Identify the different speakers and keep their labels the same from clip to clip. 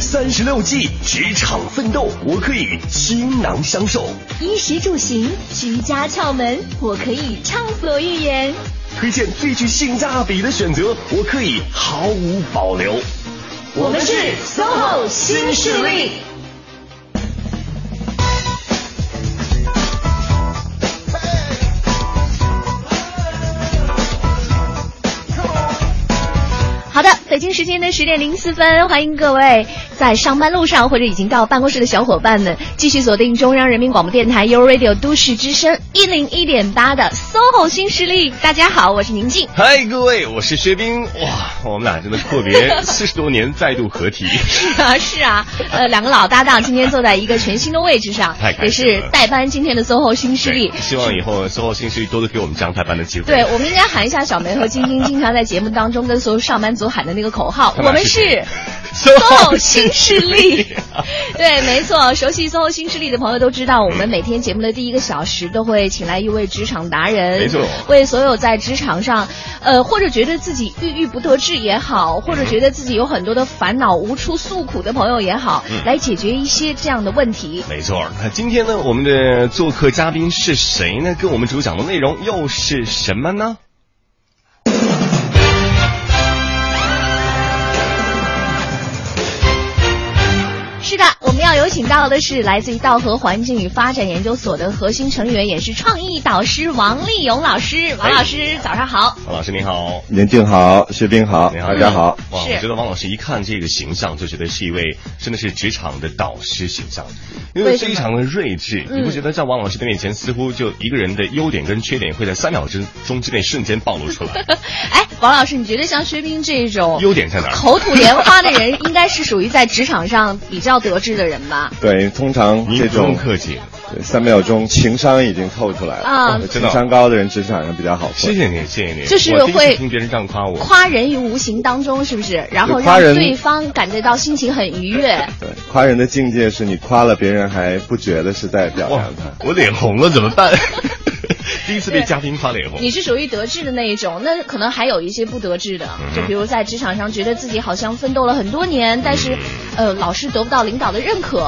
Speaker 1: 三十六计，职场奋斗，我可以倾囊相授；
Speaker 2: 衣食住行，居家窍门，我可以畅所欲 言；
Speaker 1: 推荐最具性价比的选择，我可以毫无保留。
Speaker 2: 我们是 SOHO 新势力。好的，北京时间的十点零四分，欢迎各位在上班路上或者已经到办公室的小伙伴们，继续锁定中央人民广播电台 u Radio 都市之声一零一点八的 SOHO 新势力。大家好，我是宁静。
Speaker 1: 嗨，各位，我是薛冰。哇，我们俩真的阔 别四十多年，再度合体。
Speaker 2: 是啊，是啊，呃，两个老搭档今天坐在一个全新的位置上
Speaker 1: 太，开
Speaker 2: 也
Speaker 1: 心了
Speaker 2: 是代班今天的 SOHO 新势力
Speaker 1: 对。希望以后 SOHO 新势力多多给我们张太班的机会。
Speaker 2: 对，我们应该喊一下小梅和晶晶经常在节目当中跟所有上班族喊的那个口号，
Speaker 1: 他
Speaker 2: 我
Speaker 1: 们
Speaker 2: 们
Speaker 1: 是
Speaker 2: 是
Speaker 1: SOHO
Speaker 2: 新势
Speaker 1: 力
Speaker 2: 力。对，没错，熟悉 SOHO 新势力的朋友都知道，我们每天节目的第一个小时都会请来一位职场达人，
Speaker 1: 没错
Speaker 2: 为所有在职场上，呃，或者觉得自己郁郁不得志也好，或者觉得自己有很多的烦恼无处诉苦的朋友也好，
Speaker 1: 嗯
Speaker 2: 来解决一些这样的问题。
Speaker 1: 没错，那今天呢，我们的做客嘉宾是谁呢？跟我们主讲的内容又是什么呢？
Speaker 2: 是的，我们要有请到的是来自于道和环境与发展研究所的核心成员，也是创意导师王立勇老师。王
Speaker 1: 哎
Speaker 2: 老师，早上好。
Speaker 1: 王老师您好。
Speaker 3: 宁静好，薛冰好，
Speaker 1: 你
Speaker 3: 大家好。
Speaker 1: 哇，
Speaker 2: 是
Speaker 1: 我觉得王老师一看这个形象，就觉得是一位真的是职场的导师形象，因为
Speaker 2: 为什
Speaker 1: 非
Speaker 2: 么
Speaker 1: 常的睿智。
Speaker 2: 嗯
Speaker 1: 你不觉得在王老师的面前，似乎就一个人的优点跟缺点会在三秒之中之内瞬间暴露出 来？
Speaker 2: 哎，王老师，你觉得像薛冰这种
Speaker 1: 优点在哪儿？
Speaker 2: 口吐莲花的人，应该是属于在职场上比较得志的人吧？
Speaker 3: 对，通常
Speaker 1: 您
Speaker 3: 这
Speaker 1: 不用
Speaker 3: 种
Speaker 1: 客气，
Speaker 3: 对三秒钟情商已经透出来了，呃
Speaker 2: 啊
Speaker 3: 情
Speaker 1: 真的
Speaker 3: 商高的人职场上比较好混。
Speaker 1: 谢谢你，谢谢你。
Speaker 2: 就是
Speaker 1: 我第一次
Speaker 2: 会
Speaker 1: 听别人这样夸我，
Speaker 2: 夸人于无形当中，是不是？然后
Speaker 3: 对夸
Speaker 2: 让
Speaker 3: 人
Speaker 2: 对方感觉到心情很愉悦。
Speaker 3: 对，夸人的境界是你夸了别人还不觉得是在表
Speaker 1: 哇
Speaker 3: 扬他。，
Speaker 1: 我脸红了，怎么办？第一次被嘉宾夸脸红。
Speaker 2: 你是属于得志的那一种，那可能还有一些不得志的，
Speaker 1: 嗯
Speaker 2: 就比如在职场上觉得自己好像奋斗了很多年，但是，呃，老是得不到领导的认可，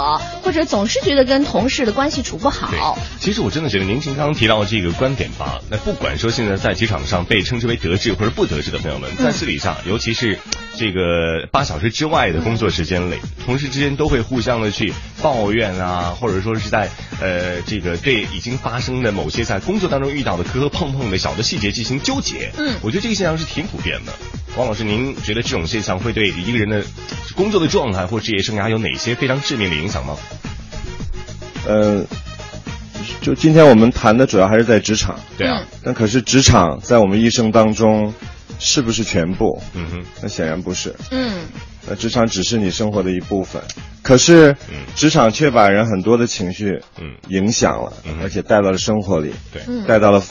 Speaker 2: 或者总是觉得跟同事的关系处
Speaker 1: 对
Speaker 2: 不好。，
Speaker 1: 其实我真的觉得您刚刚提到这个观点吧，那不管说现在在职场上被称之为得志或者不得志的朋友们，在私底下，尤其是这个八小时之外的工作时间内，同事之间都会互相的去抱怨啊，或者说是在呃这个对已经发生的某些在工作当中遇到的磕磕碰碰的小的细节进行纠结。
Speaker 2: 嗯
Speaker 1: 我觉得这个现象是挺普遍的。王老师，您觉得这种现象会对一个人的工作的状态或职业生涯有哪些非常致命的影响吗？
Speaker 3: 嗯，就今天我们谈的主要还是在职场，
Speaker 1: 对啊，
Speaker 3: 但可是职场在我们一生当中是不是全部？
Speaker 1: 嗯哼，
Speaker 3: 那显然不是。
Speaker 2: 嗯，
Speaker 3: 那职场只是你生活的一部分，可是
Speaker 1: 嗯
Speaker 3: 职场却把人很多的情绪
Speaker 1: 嗯
Speaker 3: 影响了，
Speaker 1: 嗯
Speaker 3: 而且带到了生活里，
Speaker 1: 对。
Speaker 2: 嗯
Speaker 3: 带到了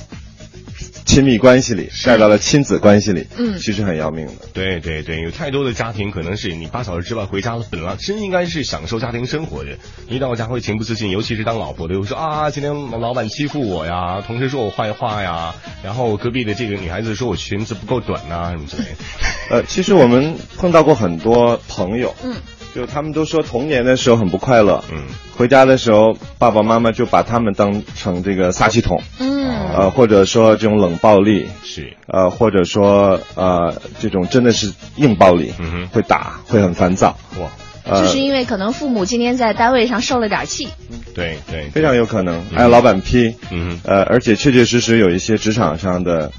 Speaker 3: 亲密关系里，带到了亲子关系里，
Speaker 2: 嗯
Speaker 3: 其实很要命的。
Speaker 1: 对对对，有太多的家庭可能是你八小时之外回家了，本来真应该是享受家庭生活的，一到家会情不自禁，尤其是当老婆的会说啊，今天老板欺负我呀，同事说我坏话呀，然后隔壁的这个女孩子说我裙子不够短呐、什么之类的。
Speaker 3: 呃，其实我们碰到过很多朋友，
Speaker 2: 嗯，
Speaker 3: 就他们都说童年的时候很不快乐，
Speaker 1: 嗯，
Speaker 3: 回家的时候爸爸妈妈就把他们当成这个撒气筒，
Speaker 2: 嗯，
Speaker 3: 呃，或者说这种冷暴力，
Speaker 1: 是，
Speaker 3: 呃，或者说呃这种真的是硬暴力，
Speaker 1: 嗯哼
Speaker 3: 会打，会很烦躁。
Speaker 1: 哇，
Speaker 3: 呃
Speaker 2: 就是因为可能父母今天在单位上受了点气，
Speaker 1: 对对，
Speaker 3: 非
Speaker 1: 对
Speaker 3: 常有可能
Speaker 1: 嗯
Speaker 3: 挨老板批，
Speaker 1: 嗯
Speaker 3: 呃，而且确确实实有一些职场上的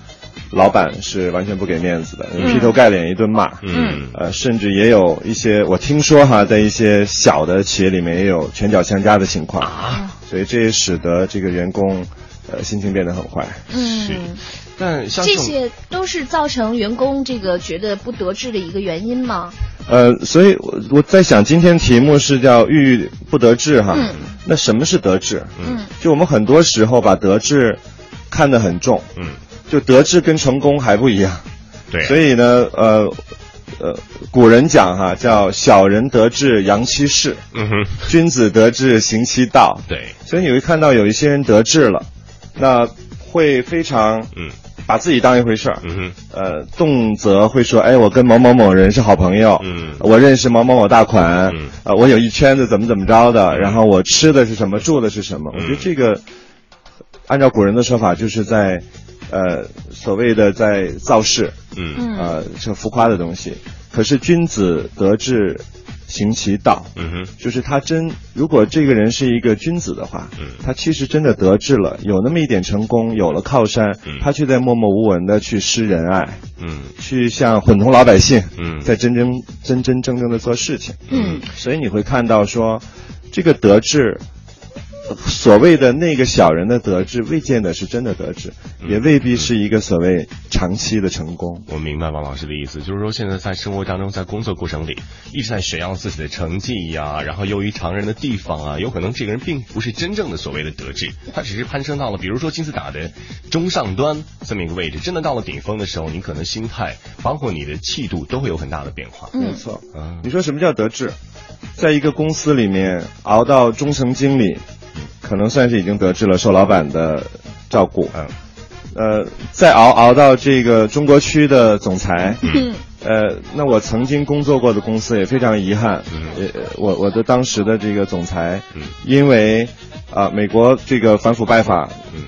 Speaker 3: 老板是完全不给面子的，劈头盖脸一顿骂，
Speaker 1: 嗯
Speaker 3: 呃，甚至也有一些我听说哈，在一些小的企业里面也有拳脚相加的情况，
Speaker 1: 啊，
Speaker 3: 所以这也使得这个员工呃心情变得很坏。
Speaker 1: 是
Speaker 2: 嗯，
Speaker 1: 但像
Speaker 2: 这
Speaker 1: 种
Speaker 2: 些都是造成员工这个觉得不得志的一个原因吗？
Speaker 3: 呃，所以我我在想，今天题目是叫“郁郁不得志”哈。
Speaker 2: 嗯
Speaker 3: 那什么是德志？
Speaker 2: 嗯
Speaker 3: 就我们很多时候把德志看得很重，
Speaker 1: 嗯，
Speaker 3: 就德志跟成功还不一样。
Speaker 1: 对，啊
Speaker 3: 所以呢，呃，呃，古人讲哈、叫“小人得志，扬其事；
Speaker 1: 嗯哼，
Speaker 3: 君子得志，行其道”。
Speaker 1: 对，
Speaker 3: 所以你会看到有一些人得志了，那会非常
Speaker 1: 嗯
Speaker 3: 把自己当一回事儿，
Speaker 1: 嗯
Speaker 3: 呃，动辄会说，哎，我跟某某某人是好朋友，
Speaker 1: 嗯
Speaker 3: 我认识某某某大款，
Speaker 1: 嗯
Speaker 3: 呃，我有一圈子怎么怎么着的，然后我吃的是什么，住的是什么，
Speaker 1: 嗯
Speaker 3: 我觉得这个，按照古人的说法，就是在，呃，所谓的在造势，
Speaker 1: 嗯
Speaker 2: 嗯
Speaker 3: 呃，这浮夸的东西。可是君子得志，行其道，
Speaker 1: 嗯哼，
Speaker 3: 就是他真，如果这个人是一个君子的话，
Speaker 1: 嗯
Speaker 3: 他其实真的得志了，有那么一点成功，有了靠山，
Speaker 1: 嗯
Speaker 3: 他却在默默无闻的去施仁爱，
Speaker 1: 嗯
Speaker 3: 去向混同老百姓，
Speaker 1: 嗯
Speaker 3: 在真真真真正正的做事情。
Speaker 2: 嗯，
Speaker 3: 所以你会看到说，这个德治。所谓的那个小人的德治，未见得是真的德治，
Speaker 1: 嗯
Speaker 3: 也未必是一个所谓长期的成功。
Speaker 1: 我明白王老师的意思，就是说现在在生活当中，在工作过程里，一直在炫耀自己的成绩呀、然后优于常人的地方啊，有可能这个人并不是真正的所谓的德智，他只是攀升到了，比如说金字塔的中上端这么一个位置，真的到了顶峰的时候，你可能心态，包括你的气度都会有很大的变化。
Speaker 2: 嗯
Speaker 3: 没错，
Speaker 1: 啊，
Speaker 3: 你说什么叫德智？在一个公司里面熬到中层经理，可能算是已经得志了，受老板的照顾。
Speaker 1: 嗯
Speaker 3: 呃，再熬熬到这个中国区的总裁。
Speaker 2: 嗯
Speaker 3: 呃，那我曾经工作过的公司也非常遗憾，
Speaker 1: 嗯
Speaker 3: 呃，我我的当时的这个总裁，
Speaker 1: 嗯
Speaker 3: 因为啊、美国这个反腐败法，
Speaker 1: 嗯，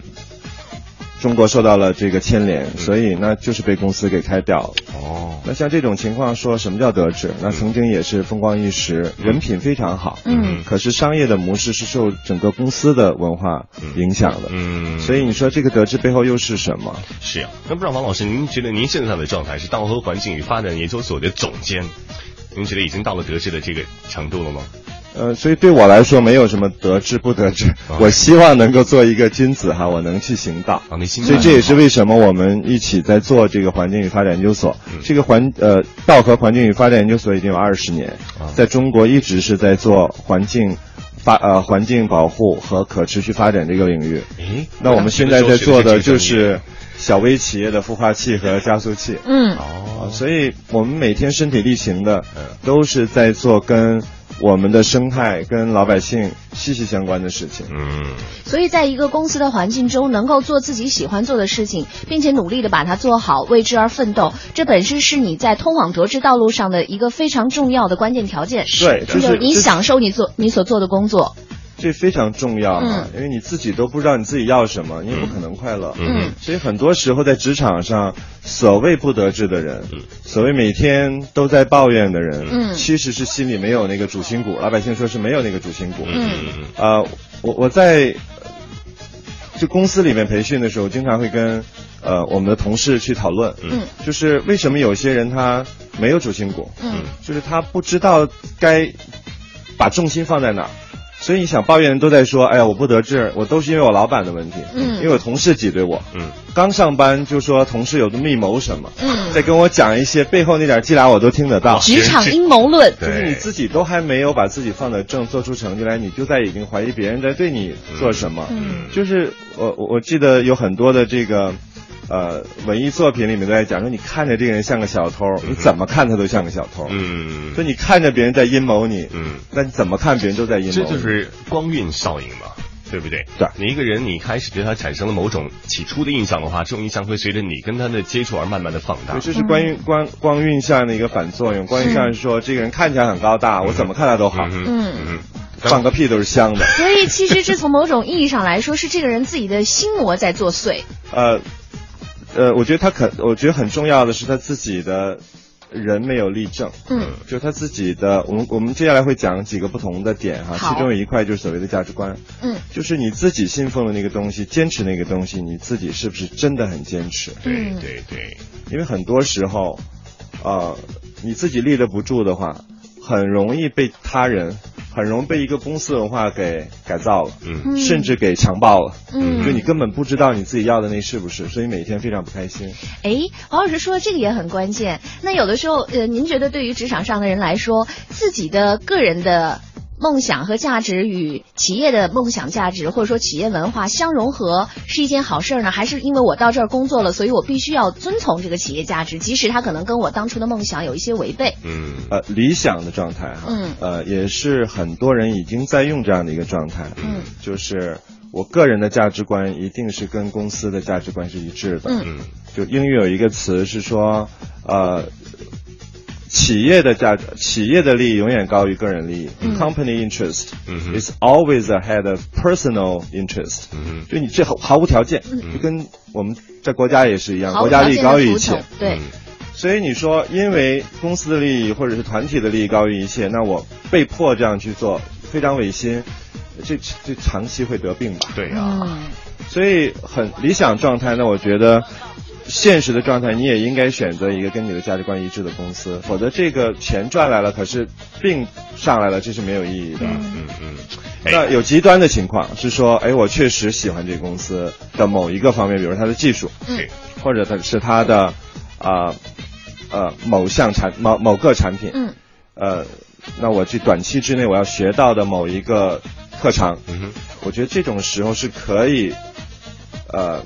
Speaker 3: 中国受到了这个牵连，所以那就是被公司给开掉了。
Speaker 1: 哦，
Speaker 3: 那像这种情况，说什么叫德智？那曾经也是风光一时，
Speaker 1: 嗯
Speaker 3: 人品非常好，
Speaker 2: 嗯，
Speaker 3: 可是商业的模式是受整个公司的文化影响的，
Speaker 1: 嗯，
Speaker 3: 所以你说这个德智背后又是什么？
Speaker 1: 是啊，那不知道王老师，您觉得您现在的状态是稻荷环境与发展研究所的总监，您觉得已经到了德智的这个程度了吗？
Speaker 3: 呃，所以对我来说没有什么德智不德智，
Speaker 1: 啊
Speaker 3: 我希望能够做一个君子哈，我能去行道。
Speaker 1: 啊，那心态
Speaker 3: 所以这也是为什么我们一起在做这个环境与发展研究所。
Speaker 1: 嗯
Speaker 3: 这个环呃道和环境与发展研究所已经有二十年
Speaker 1: 啊，
Speaker 3: 在中国一直是在做环境发呃环境保护和可持续发展这个领域。
Speaker 1: 哎，
Speaker 3: 那我们现在在做的就是小微企业的孵化器和加速器。
Speaker 2: 嗯
Speaker 1: 哦
Speaker 3: 啊，，所以我们每天身体力行的
Speaker 1: 嗯，
Speaker 3: 都是在做跟我们的生态、跟老百姓息息相关的事情。
Speaker 1: 嗯，
Speaker 2: 所以在一个公司的环境中，能够做自己喜欢做的事情，并且努力的把它做好，为之而奋斗，这本身是你在通往德智道路上的一个非常重要的关键条件。
Speaker 3: 对，就
Speaker 2: 就是
Speaker 3: 是
Speaker 2: 你
Speaker 3: 就是嗯
Speaker 2: 享受你做你所做的 工作。
Speaker 3: 这非常重要啊，因为你自己都不知道你自己要什么，你也不可能快乐。
Speaker 1: 嗯
Speaker 3: 所以很多时候在职场上，所谓不得志的人，
Speaker 1: 嗯
Speaker 3: 所谓每天都在抱怨的人，
Speaker 2: 嗯
Speaker 3: 其实是心里没有那个主心骨。老百姓说是没有那个主心骨。
Speaker 1: 嗯嗯
Speaker 3: 呃，我我在呃就公司里面培训的时候，经常会跟呃我们的同事去讨论，
Speaker 1: 嗯
Speaker 3: 就是为什么有些人他没有主心骨，
Speaker 2: 嗯
Speaker 3: 就是他不知道该把重心放在哪儿。所以你想抱怨的人都在说，哎呀，我不得志，我都是因为我老板的问题，
Speaker 2: 嗯
Speaker 3: 因为我同事挤兑我，
Speaker 1: 嗯
Speaker 3: 刚上班就说同事有密谋什么，
Speaker 2: 嗯，
Speaker 3: 再跟我讲一些背后那点鸡俩我都听得到，
Speaker 2: 职场阴谋论。
Speaker 3: 就是你
Speaker 1: 对，
Speaker 3: 自己都还没有把自己放得正，做出成绩来，你就在已经怀疑别人在对你做什么。
Speaker 2: 嗯
Speaker 3: 就是呃我我我记得有很多的这个，呃，文艺作品里面都在讲说，你看着这个人像个小偷，你怎么看他都像个小偷。
Speaker 1: 嗯
Speaker 3: 所以你看着别人在阴谋你，
Speaker 1: 嗯，
Speaker 3: 那你怎么看别人都在阴谋你。
Speaker 1: 这就是光晕效应嘛。对不对？
Speaker 3: 对
Speaker 1: 你一个人，你开始对他产生了某种起初的印象的话，这种印象会随着你跟他的接触而慢慢的放大
Speaker 3: 对，。这是关
Speaker 1: 嗯
Speaker 3: 于光光晕像的一个反作用。光晕像是说，这个人看起来很高大，我怎么看他都好，
Speaker 1: 嗯
Speaker 2: 嗯
Speaker 1: 嗯，
Speaker 3: 放个屁都是香的。
Speaker 2: 所以其实这从某种意义上来说，是这个人自己的心魔在作祟。
Speaker 3: 呃，呃，我觉得他可，我觉得很重要的是他自己的人没有立正，
Speaker 2: 嗯
Speaker 3: 就他自己的。我们我们接下来会讲几个不同的点哈，
Speaker 2: 好
Speaker 3: 其中有一块就是所谓的价值观，
Speaker 2: 嗯
Speaker 3: 就是你自己信奉的那个东西，坚持那个东西，你自己是不是真的很坚持？
Speaker 1: 对
Speaker 2: 嗯
Speaker 1: 对对，
Speaker 3: 因为很多时候，呃，你自己立得不住的话，很容易被他人，很容易被一个公司文化给改造了，
Speaker 1: 嗯
Speaker 2: 嗯
Speaker 3: 甚至给强暴了。
Speaker 2: 嗯
Speaker 3: 就你根本不知道你自己要的那是不是，所以每天非常不开心。
Speaker 2: 哎，王老师说这个也很关键。那有的时候，呃，您觉得对于职场上的人来说，自己的个人的梦想和价值与企业的梦想价值，或者说企业文化相融合，是一件好事儿呢？还是因为我到这儿工作了，所以我必须要遵从这个企业价值，即使它可能跟我当初的梦想有一些违背？
Speaker 1: 嗯
Speaker 3: 呃，理想的状态哈，
Speaker 2: 嗯
Speaker 3: 呃，也是很多人已经在用这样的一个状态，
Speaker 2: 嗯，
Speaker 3: 就是我个人的价值观一定是跟公司的价值观是一致的，
Speaker 2: 嗯
Speaker 1: 嗯
Speaker 3: 就英语有一个词是说，呃，企业的价值，企业的利益永远高于个人利益。Company
Speaker 2: 嗯
Speaker 3: interest
Speaker 1: 嗯哼
Speaker 3: is always ahead of personal interest。
Speaker 1: 嗯
Speaker 3: 就你这毫毫无条件，就跟我们在国家也是一样，
Speaker 2: 嗯毫无
Speaker 3: 国家
Speaker 2: 条
Speaker 3: 利益
Speaker 2: 件的
Speaker 3: 高于一嗯
Speaker 2: 服
Speaker 3: 切
Speaker 2: 从。，对，
Speaker 3: 所以你说，因为公司的利益或者是团体的利益高于一切，那我被迫这样去做，非常违心，这这这长期会得病吧？
Speaker 1: 对啊，
Speaker 2: 嗯，
Speaker 3: 所以很理想状态呢，我觉得现实的状态，你也应该选择一个跟你的价值观一致的公司，否则这个钱赚来了，可是病上来了，这是没有意义的。
Speaker 1: 嗯嗯，
Speaker 3: 那
Speaker 1: 哎，
Speaker 3: 有极端的情况是说，哎，我确实喜欢这个公司的某一个方面，比如它的技术，
Speaker 1: 对
Speaker 3: 或者它是它的，啊、呃，某项产某某个产品，
Speaker 2: 嗯，
Speaker 3: 呃，那我这短期之内我要学到的某一个特长，
Speaker 1: 嗯哼，
Speaker 3: 我觉得这种时候是可以，呃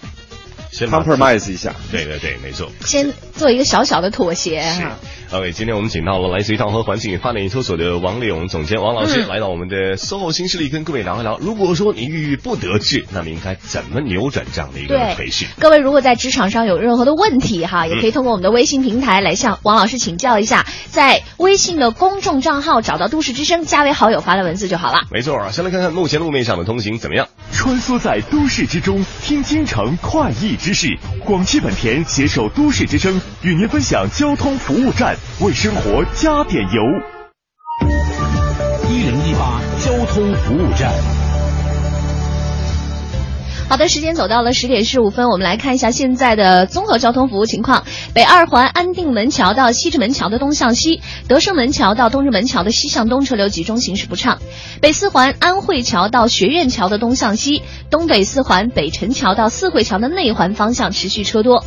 Speaker 1: 先把
Speaker 3: ，compromise 一下，
Speaker 1: 对对对，没错。
Speaker 2: 先做一个小小的妥协
Speaker 1: 是
Speaker 2: 哈。
Speaker 1: OK，今天我们请到了来自于稻荷环境发展研究所的王立勇总监王老师，
Speaker 2: 嗯
Speaker 1: 来到我们的 SOHO 新势力，跟各位聊一聊，如果说你郁郁不得志，那么应该怎么扭转这样的一个
Speaker 2: 对
Speaker 1: 颓势？
Speaker 2: 各位如果在职场上有任何的问题哈，也可以通过我们的微信平台来向王老师请教一下，在微信的公众账号找到都市之声，加为好友发来文字就好了。
Speaker 1: 没错啊，先来看看目前路面上的通行怎么样？
Speaker 4: 穿梭在都市之中，听京城快意之事。广汽本田携手都市之声，与您分享交通服务站，为生活加点油。一零一八交通服务站。
Speaker 2: 好的，时间走到了十点十五分，我们来看一下现在的综合交通服务情况：北二环安定门桥到西直门桥的东向西，德胜门桥到东直门桥的西向东车流集中，行驶不畅；北四环安慧桥到学院桥的东向西，东北四环北辰桥到四惠桥的内环方向持续车多；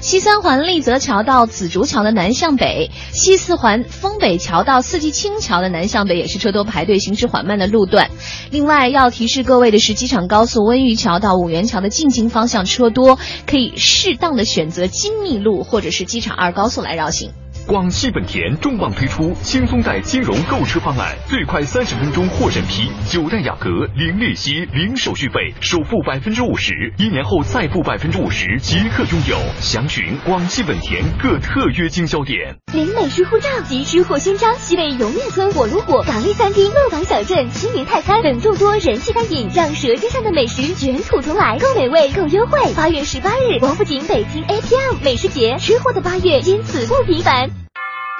Speaker 2: 西三环丽泽桥到紫竹桥的南向北，西四环丰北桥到四季青桥的南向北也是车多排队，行驶缓慢的路段。另外要提示各位的是，机场高速温榆桥到五元桥的进京方向车多，可以适当的选择金密路或者是机场二高速来绕行。
Speaker 4: 广汽本田重磅推出轻松贷金融购车方案，最快三十分钟获审批，九代雅阁零利息、零手续费，首付百分之五十，一年后再付百分之五十，即刻拥有。详询广汽本田各特约经销点。
Speaker 5: 林美书护照及书获勋章，西北永远村火炉火、港丽餐厅、鹿港小镇、清明泰餐等众多人气餐饮，让舌尖上的美食卷土重来，更美味更优惠。八月十八日，王府井北京 APM 美食节，吃货的八月因此不平凡。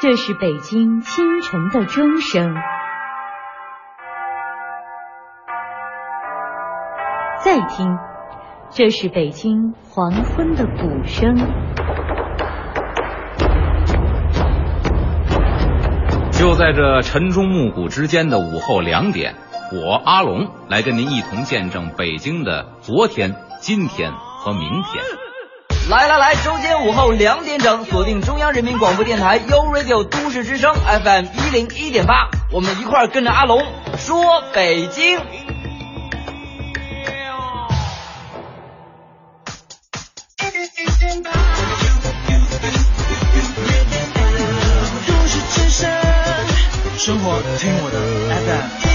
Speaker 6: 这是北京清晨的钟声，再听，这是北京黄昏的鼓声。
Speaker 7: 就在这晨钟暮鼓之间的午后两点，我阿龙来跟您一同见证北京的昨天、今天和明天。
Speaker 8: 来来来，周间午后两点整，锁定中央人民广播电台 u Radio 都市之声 FM 一零一点八，我们一块儿跟着阿龙说北京。
Speaker 9: 都市之声，生活听我的 FM。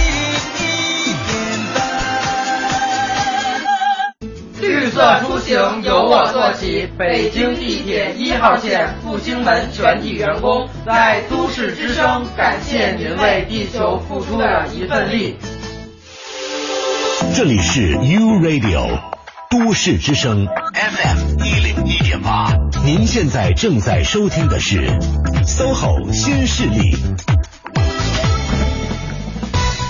Speaker 8: 绿色出行由我做起，北京地铁一号线复兴门全体员工在都市之声感谢您为地球付出的一份力。
Speaker 4: 这里是 U Radio 都市之声 FM 一零一点八，您现在正在收听的是 SOHO 新势力。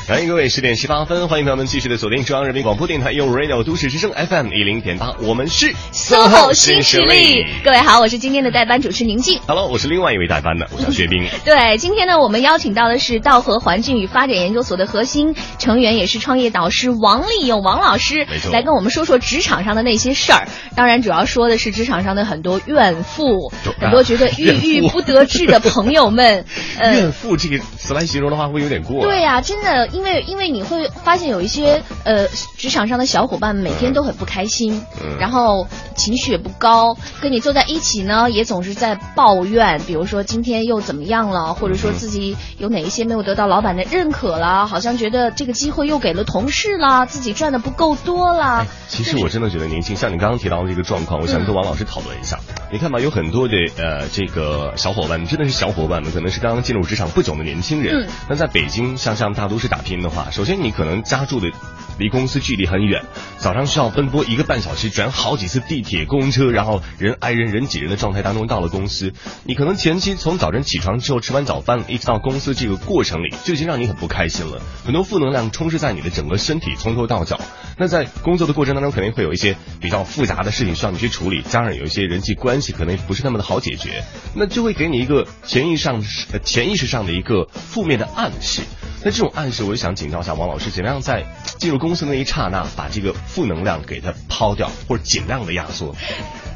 Speaker 1: 欢哎迎各位，十点十八分，欢迎朋友们继续的锁定中央人民广播电台 u Radio 都市之声 FM 一零点八，我们是
Speaker 2: SOHO 新势力，各位好，我是今天的代班主持宁静。
Speaker 1: Hello，我是另外一位代班的，
Speaker 2: 嗯
Speaker 1: 我叫薛冰。
Speaker 2: 对，今天呢，我们邀请到的是道和环境与发展研究所的核心成员，也是创业导师王立勇王老师
Speaker 1: 没错，
Speaker 2: 来跟我们说说职场上的那些事儿。当然，主要说的是职场上的很多怨妇
Speaker 1: 对，
Speaker 2: 很多觉得郁郁不得志的朋友们。 呃
Speaker 1: 怨妇这个词来形容的话，会有点过。啊
Speaker 2: 对呀、真的，因为因为你会发现有一些呃职场上的小伙伴每天都很不开心，
Speaker 1: 嗯
Speaker 2: 然后情绪也不高，跟你坐在一起呢也总是在抱怨，比如说今天又怎么样了，或者说自己有哪一些没有得到老板的认可啦，好像觉得这个机会又给了同事啦，自己赚的不够多啦。
Speaker 1: 其实我真的觉得年轻，像你刚刚提到的这个状况，我想跟王老师讨论一下。你看吧，有很多的呃这个小伙伴，真的是小伙伴们，可能是刚刚进入职场不久的年轻人
Speaker 2: 嗯。
Speaker 1: 那在北京像像大都市打拼的话，首先你可能家住的离公司距离很远，早上需要奔波一个半小时，转好几次地铁、公车，然后人挨人人挤人的状态当中到了公司，你可能前期从早晨起床之后吃完早饭，一直到公司这个过程里，就已经让你很不开心了，很多负能量充斥在你的整个身体，从头到脚。那在工作的过程当中，肯定会有一些比较复杂的事情需要你去处理，加上有一些人际关系可能不是那么的好解决，那就会给你一个潜意识上、呃潜意识上的一个负面的暗示。那这种暗示，我就想请教一下王老师，怎么样在进入公司的那一刹那，把这个负能量给它抛掉，或者尽量的压缩？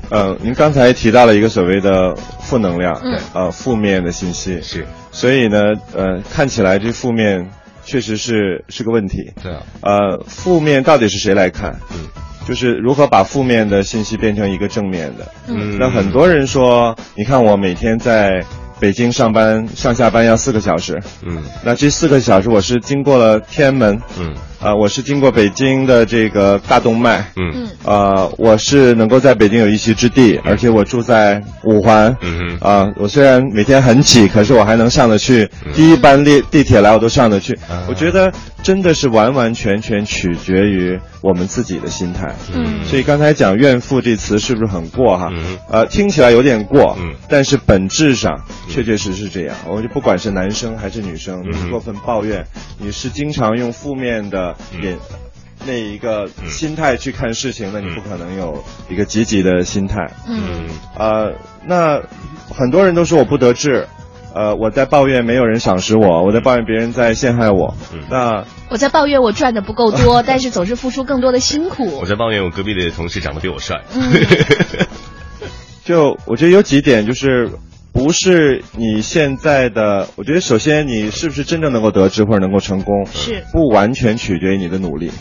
Speaker 3: 呃，您刚才提到了一个所谓的负能量，
Speaker 2: 嗯
Speaker 3: 呃，负面的信息，
Speaker 1: 是，
Speaker 3: 所以呢，呃，看起来这负面确实是是个问题。
Speaker 1: 对啊，
Speaker 3: 呃，负面到底是谁来看？
Speaker 1: 嗯
Speaker 3: 就是如何把负面的信息变成一个正面的。
Speaker 1: 嗯
Speaker 3: 那很多人说，你看我每天在北京上班，上下班要四个小时。
Speaker 1: 嗯
Speaker 3: 那这四个小时，我是经过了天安门，
Speaker 1: 嗯
Speaker 3: 呃，我是经过北京的这个大动脉，
Speaker 1: 嗯
Speaker 3: 呃，我是能够在北京有一席之地，而且我住在五环。
Speaker 1: 嗯哼
Speaker 3: 啊、我虽然每天很挤，可是我还能上得去，第一班列地铁来我都上得去。
Speaker 1: 嗯啊
Speaker 3: 我觉得真的是完完全全取决于我们自己的心态。
Speaker 2: 嗯
Speaker 3: 所以刚才讲“怨妇”这词是不是很过哈？
Speaker 1: 嗯
Speaker 3: 呃，听起来有点过，
Speaker 1: 嗯
Speaker 3: 但是本质上确确实实这样。我就不管是男生还是女生，
Speaker 1: 嗯
Speaker 3: 你过分抱怨，你是经常用负面的
Speaker 1: 嗯
Speaker 3: 眼。那一个心态去看事情，那你不可能有一个积极的心态。
Speaker 2: 嗯
Speaker 3: 呃，那很多人都说我不得志，呃，我在抱怨没有人赏识我，我在抱怨别人在陷害我。
Speaker 1: 嗯
Speaker 3: 那
Speaker 2: 我在抱怨我赚的不够多，但是总是付出更多的辛
Speaker 1: 我
Speaker 2: 苦。
Speaker 1: 在抱怨我隔壁的同事长得比我帅。
Speaker 2: 嗯
Speaker 3: 就我觉得有几点就是。不是你现在的，我觉得首先你是不是真正能够得志或者能够成功，
Speaker 2: 是
Speaker 3: 不完全取决于你的努力，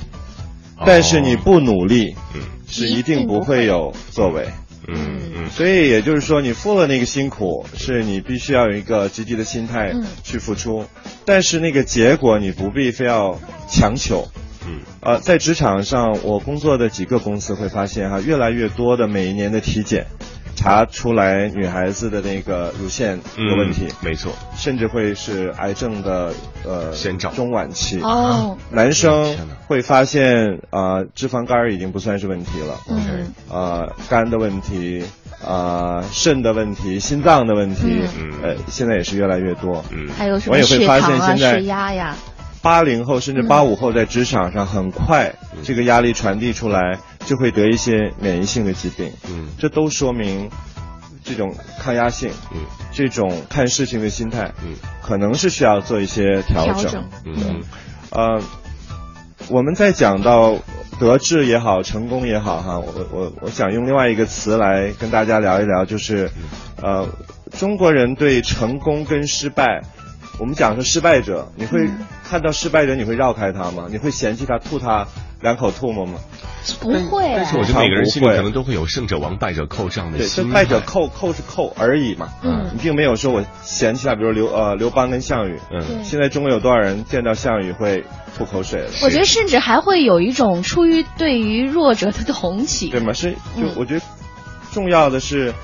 Speaker 3: 但是你不努力
Speaker 1: 哦嗯
Speaker 3: 是一定不会有作为。
Speaker 1: 嗯嗯
Speaker 3: 所以也就是说，你付了那个辛苦，是你必须要有一个积极的心态
Speaker 2: 嗯
Speaker 3: 去付出，但是那个结果你不必非要强求。
Speaker 1: 嗯
Speaker 3: 呃，在职场上，我工作的几个公司会发现哈、越来越多的每一年的体检，查出来女孩子的那个乳腺有问题，
Speaker 1: 嗯没错，
Speaker 3: 甚至会是癌症的呃
Speaker 1: 先兆
Speaker 3: 中晚期。
Speaker 2: 哦，
Speaker 3: 男生
Speaker 1: 天哪
Speaker 3: 会发现呃脂肪肝儿已经不算是问题了，
Speaker 2: 嗯
Speaker 3: 呃，肝的问题，呃，肾的问题，心脏的问题，
Speaker 1: 嗯
Speaker 3: 呃，现在也是越来越多。
Speaker 1: 嗯
Speaker 2: 还有什
Speaker 3: 我
Speaker 2: 么
Speaker 3: 也会
Speaker 2: 血
Speaker 3: 发
Speaker 2: 糖
Speaker 3: 现
Speaker 2: 啊、
Speaker 3: 现在
Speaker 2: 血压嗯呀？
Speaker 3: 八零后甚至八五后在职场上，很快
Speaker 1: 嗯
Speaker 3: 这个压力传递出来，就会得一些免疫性的疾病。
Speaker 1: 嗯
Speaker 3: 这都说明这种抗压性，
Speaker 1: 嗯
Speaker 3: 这种看事情的心态，
Speaker 1: 嗯
Speaker 3: 可能是需要做一些调整。
Speaker 2: 调整
Speaker 1: 嗯
Speaker 3: 呃，我们在讲到得志也好，成功也好，哈，我我我想用另外一个词来跟大家聊一聊，就是，呃，中国人对成功跟失败，我们讲说失败者，你会
Speaker 2: 嗯
Speaker 3: 看到失败者，你会绕开他吗？你会嫌弃他，吐他两口唾沫吗？
Speaker 2: 不会，
Speaker 1: 但是我觉得每个人心里可能都会有胜者王、败者寇这样的
Speaker 3: 对，就
Speaker 1: 心
Speaker 3: 败
Speaker 1: 态。
Speaker 3: 者扣扣是扣而已嘛，
Speaker 2: 嗯
Speaker 3: 你并没有说我嫌弃他，比如刘呃刘邦跟项羽，
Speaker 1: 嗯
Speaker 3: 现在中国有多少人见到项羽会吐口水了？
Speaker 2: 我觉得甚至还会有一种出于对于弱者的同情。
Speaker 3: 对吗？是就
Speaker 2: 嗯
Speaker 3: 我觉得重要的是，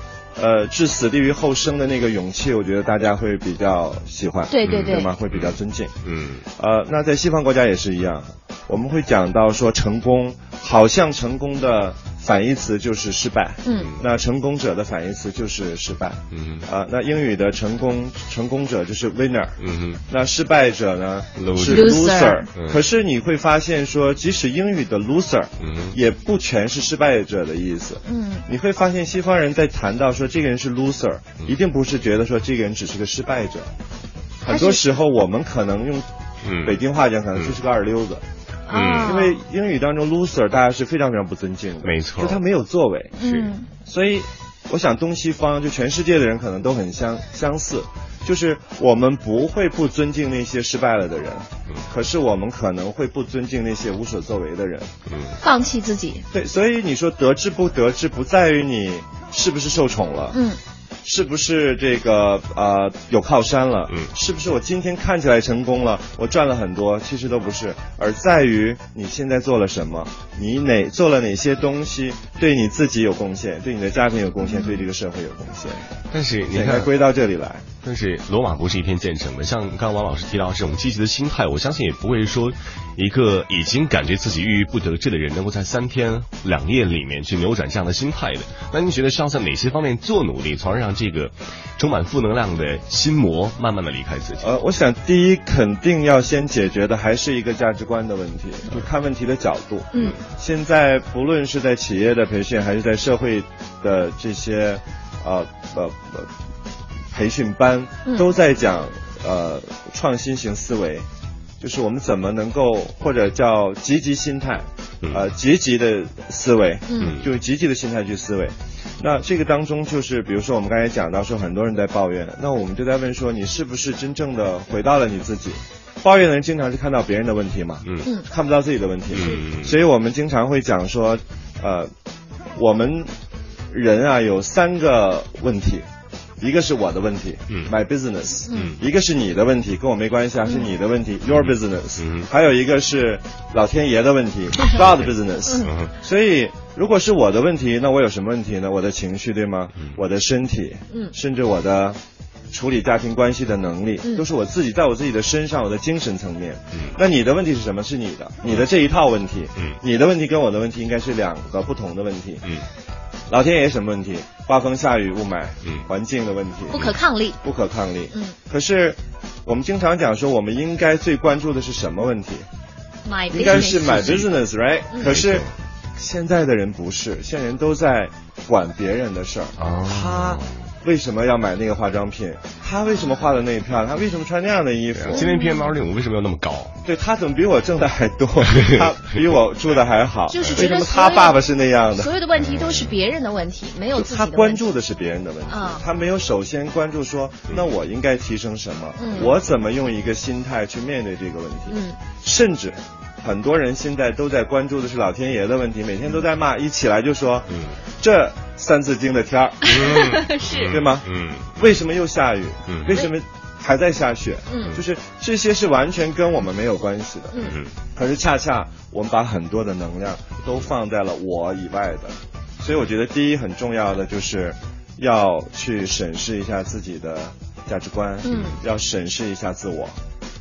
Speaker 3: 呃，置死地于后生的那个勇气，我觉得大家会比较喜欢，
Speaker 2: 对对
Speaker 3: 嗯
Speaker 2: 对
Speaker 3: 对吗？会比较尊敬。
Speaker 1: 嗯
Speaker 3: 呃，那在西方国家也是一样，我们会讲到说成功，好像成功的反义词就是失败，
Speaker 2: 嗯，
Speaker 3: 那成功者的反义词就是失败。
Speaker 1: 嗯
Speaker 3: 啊、那英语的成功成功者就是 winner，
Speaker 1: 嗯
Speaker 3: 那失败者呢
Speaker 1: Loser
Speaker 3: 是
Speaker 2: Loser
Speaker 3: loser，、
Speaker 1: 嗯
Speaker 3: 可是你会发现说，即使英语的 loser，、
Speaker 1: 嗯
Speaker 3: 也不全是失败者的意思。
Speaker 2: 嗯，
Speaker 3: 你会发现西方人在谈到说这个人是 loser，、一
Speaker 1: 嗯
Speaker 3: 定不是觉得说这个人只是个失败者。
Speaker 2: 还
Speaker 3: 很
Speaker 2: 是
Speaker 3: 多时候我们可能用
Speaker 1: 嗯
Speaker 3: 北京话讲，可能就是个二流子，
Speaker 2: 啊
Speaker 3: 因为英语当中 loser 大家是非常非常不尊敬的，
Speaker 1: 没错
Speaker 3: 就他没有作为。
Speaker 2: 嗯
Speaker 3: 所以我想东西方就全世界的人可能都很相相似，就是我们不会不尊敬那些失败了的人，可是我们可能会不尊敬那些无所作为的人。
Speaker 2: 放弃自己，
Speaker 3: 对，所以你说得志不得志，不在于你是不是受宠了，
Speaker 2: 嗯，
Speaker 3: 是不是这个呃有靠山了，
Speaker 1: 嗯
Speaker 3: 是不是我今天看起来成功了，我赚了很多，其实都不是，而在于你现在做了什么，你哪做了哪些东西，对你自己有贡献，对你的家庭有贡献，对这个社会有贡献，
Speaker 1: 但是嗯你
Speaker 3: 应该
Speaker 1: 看，
Speaker 3: 归到这里来。
Speaker 1: 但是罗马不是一天建成的，像刚刚王老师提到这种积极的心态，我相信也不会说一个已经感觉自己郁郁不得志的人，能够在三天两夜里面去扭转这样的心态的。那您觉得需要在哪些方面做努力，从而让这个充满负能量的心魔慢慢的离开自己？
Speaker 3: 呃，我想第一肯定要先解决的还是一个价值观的问题，就看问题的角度。
Speaker 2: 嗯，
Speaker 3: 现在不论是在企业的培训，还是在社会的这些呃呃呃培训班
Speaker 2: 嗯，
Speaker 3: 都在讲呃创新型思维，就是我们怎么能够或者叫积极心态
Speaker 1: 嗯，
Speaker 3: 呃积极的思维，
Speaker 2: 嗯
Speaker 3: 就是积极的心态去思维。那这个当中，就是比如说我们刚才讲到说，很多人在抱怨，那我们就在问说，你是不是真正的回到了你自己？抱怨的人经常是看到别人的问题嘛，
Speaker 1: 嗯
Speaker 2: 嗯
Speaker 3: 看不到自己的问题，
Speaker 1: 嗯
Speaker 3: 所以我们经常会讲说，呃，我们人啊有三个问题，一个是我的问题，
Speaker 1: 嗯
Speaker 3: ，my business，
Speaker 1: 嗯
Speaker 3: 一个是你的问题，跟我没关系啊，是你的问题，your business，
Speaker 1: 嗯
Speaker 3: 还有一个是老天爷的问题，God business，
Speaker 1: 嗯
Speaker 3: 所以，如果是我的问题，那我有什么问题呢？我的情绪对吗？我的身体，
Speaker 2: 嗯
Speaker 3: 甚至我的处理家庭关系的能力，
Speaker 2: 嗯
Speaker 3: 都是我自己在我自己的身上，我的精神层面。那你的问题是什么？是你的，
Speaker 2: 嗯
Speaker 3: 你的这一套问题，
Speaker 1: 嗯
Speaker 3: 你的问题跟我的问题应该是两个不同的问题。
Speaker 1: 嗯
Speaker 3: 老天爷什么问题？刮风下雨雾霾，
Speaker 1: 嗯
Speaker 3: 环境的问题，
Speaker 2: 不可抗力，
Speaker 3: 不可抗力。
Speaker 2: 嗯
Speaker 3: 可是，我们经常讲说，我们应该最关注的是什么问题？
Speaker 2: ，my
Speaker 3: 应该是
Speaker 2: business，
Speaker 3: 买 business right，、
Speaker 2: 嗯
Speaker 3: 可
Speaker 1: 没
Speaker 3: 是
Speaker 1: 错
Speaker 3: 现在的人不是，现在人都在管别人的事儿。
Speaker 1: 啊
Speaker 3: 他。为什么要买那个化妆品？他为什么化的那一漂亮？他为什么穿那样的衣服？
Speaker 1: 啊今天 PM 二点五为什么要那么高？
Speaker 3: 对他怎么比我挣的还 多？他比我住的还好？
Speaker 2: 就是觉
Speaker 3: 为
Speaker 2: 得
Speaker 3: 什么
Speaker 2: 所有
Speaker 3: 他爸爸是那样的？
Speaker 2: 所有的问题都是别人的问题，没有自己的
Speaker 3: 他
Speaker 2: 问题。
Speaker 3: 关注的是别人的问题，
Speaker 2: 啊
Speaker 3: 他没有首先关注说，那我应该提升什么？
Speaker 2: 嗯
Speaker 3: 我怎么用一个心态去面对这个问题？
Speaker 2: 嗯
Speaker 3: 甚至很多人现在都在关注的是老天爷的问题，每天都在骂，一起来就说，
Speaker 1: 嗯
Speaker 3: 这三字经的天儿，
Speaker 1: 嗯，
Speaker 2: 是
Speaker 3: 对吗
Speaker 1: 嗯
Speaker 3: 为什么又下雨？
Speaker 1: 嗯
Speaker 3: 为什么还在下雪？
Speaker 2: 嗯
Speaker 3: 就是这些是完全跟我们没有关系的。
Speaker 2: 嗯
Speaker 1: 嗯
Speaker 3: 可是恰恰我们把很多的能量都放在了我以外的，所以我觉得第一很重要的就是要去审视一下自己的价值观，
Speaker 2: 嗯
Speaker 3: 要审视一下自我。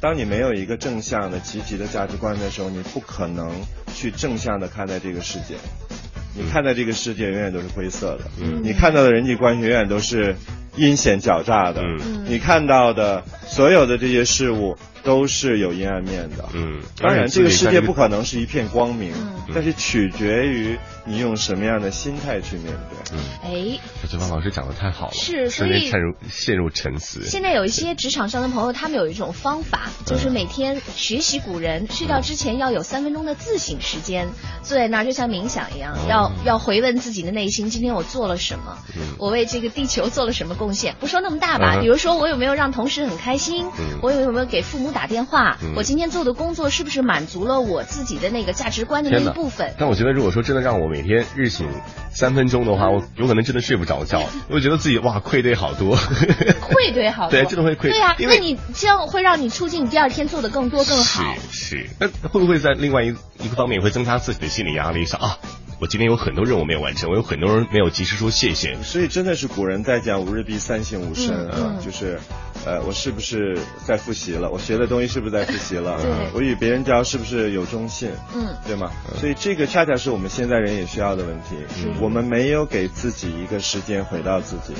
Speaker 3: 当你没有一个正向的、积极的价值观的时候，你不可能去正向的看待这个世界。
Speaker 2: 嗯
Speaker 3: 你看待这个世界永远都是灰色的，
Speaker 1: 嗯
Speaker 3: 你看到的人际关系永远都是阴险狡诈的，
Speaker 1: 嗯
Speaker 3: 你看到的所有的这些事物都是有阴暗面的。
Speaker 1: 嗯，
Speaker 3: 当然，这个世界不
Speaker 1: 能。
Speaker 3: 可能是一片光明，
Speaker 2: 嗯
Speaker 3: 但是取决于你用什么样的心态去面对。
Speaker 2: 哎，
Speaker 1: 我觉得王老师讲的太好了，
Speaker 2: 是所
Speaker 1: 瞬
Speaker 2: 以
Speaker 1: 间陷入陷入沉 思。
Speaker 2: 现在有一些职场上的朋友，他们有一种方法，就是每天学习古人，睡觉之前要有三分钟的自省时间，坐在那儿就像冥想一样，
Speaker 3: 嗯
Speaker 2: 要要回问自己的内心，今天我做了什么，我为这个地球做了什么贡献？不说那么大吧，
Speaker 1: 嗯
Speaker 2: 比如说我有没有让同事很开心
Speaker 1: 嗯，
Speaker 2: 我有没有给父母打电话
Speaker 1: 嗯，
Speaker 2: 我今天做的工作是不是满足了我自己的那个价值观的那
Speaker 1: 天
Speaker 2: 一
Speaker 1: 哪
Speaker 2: 部分？
Speaker 1: 但我觉得，如果说真的让我每天日醒三分钟的话，我有可能真的睡不着觉，我就觉得自己哇愧对好多。
Speaker 2: 愧对好多，
Speaker 1: 对真的会愧
Speaker 2: 对呀、
Speaker 1: 因
Speaker 2: 那
Speaker 1: 为
Speaker 2: 你这样会让你促进你第二天做的更多更好。
Speaker 1: 是是，那会不会在另外一一个方面也会增加自己的心理压力？说啊，我今天有很多任务没有完成，我有很多人没有及时说谢谢。
Speaker 3: 所以真的是古人在讲“吾日必三省吾身”
Speaker 2: 嗯
Speaker 3: 啊
Speaker 2: 嗯，
Speaker 3: 就是，呃，我是不是在复习了？我学的东西是不是在复习了啊
Speaker 2: 对？
Speaker 3: 我与别人交是不是有忠信？
Speaker 2: 嗯嗯
Speaker 3: 对吗？所以这个恰恰是我们现在人也需要的问题。我们没有给自己一个时间回到自己，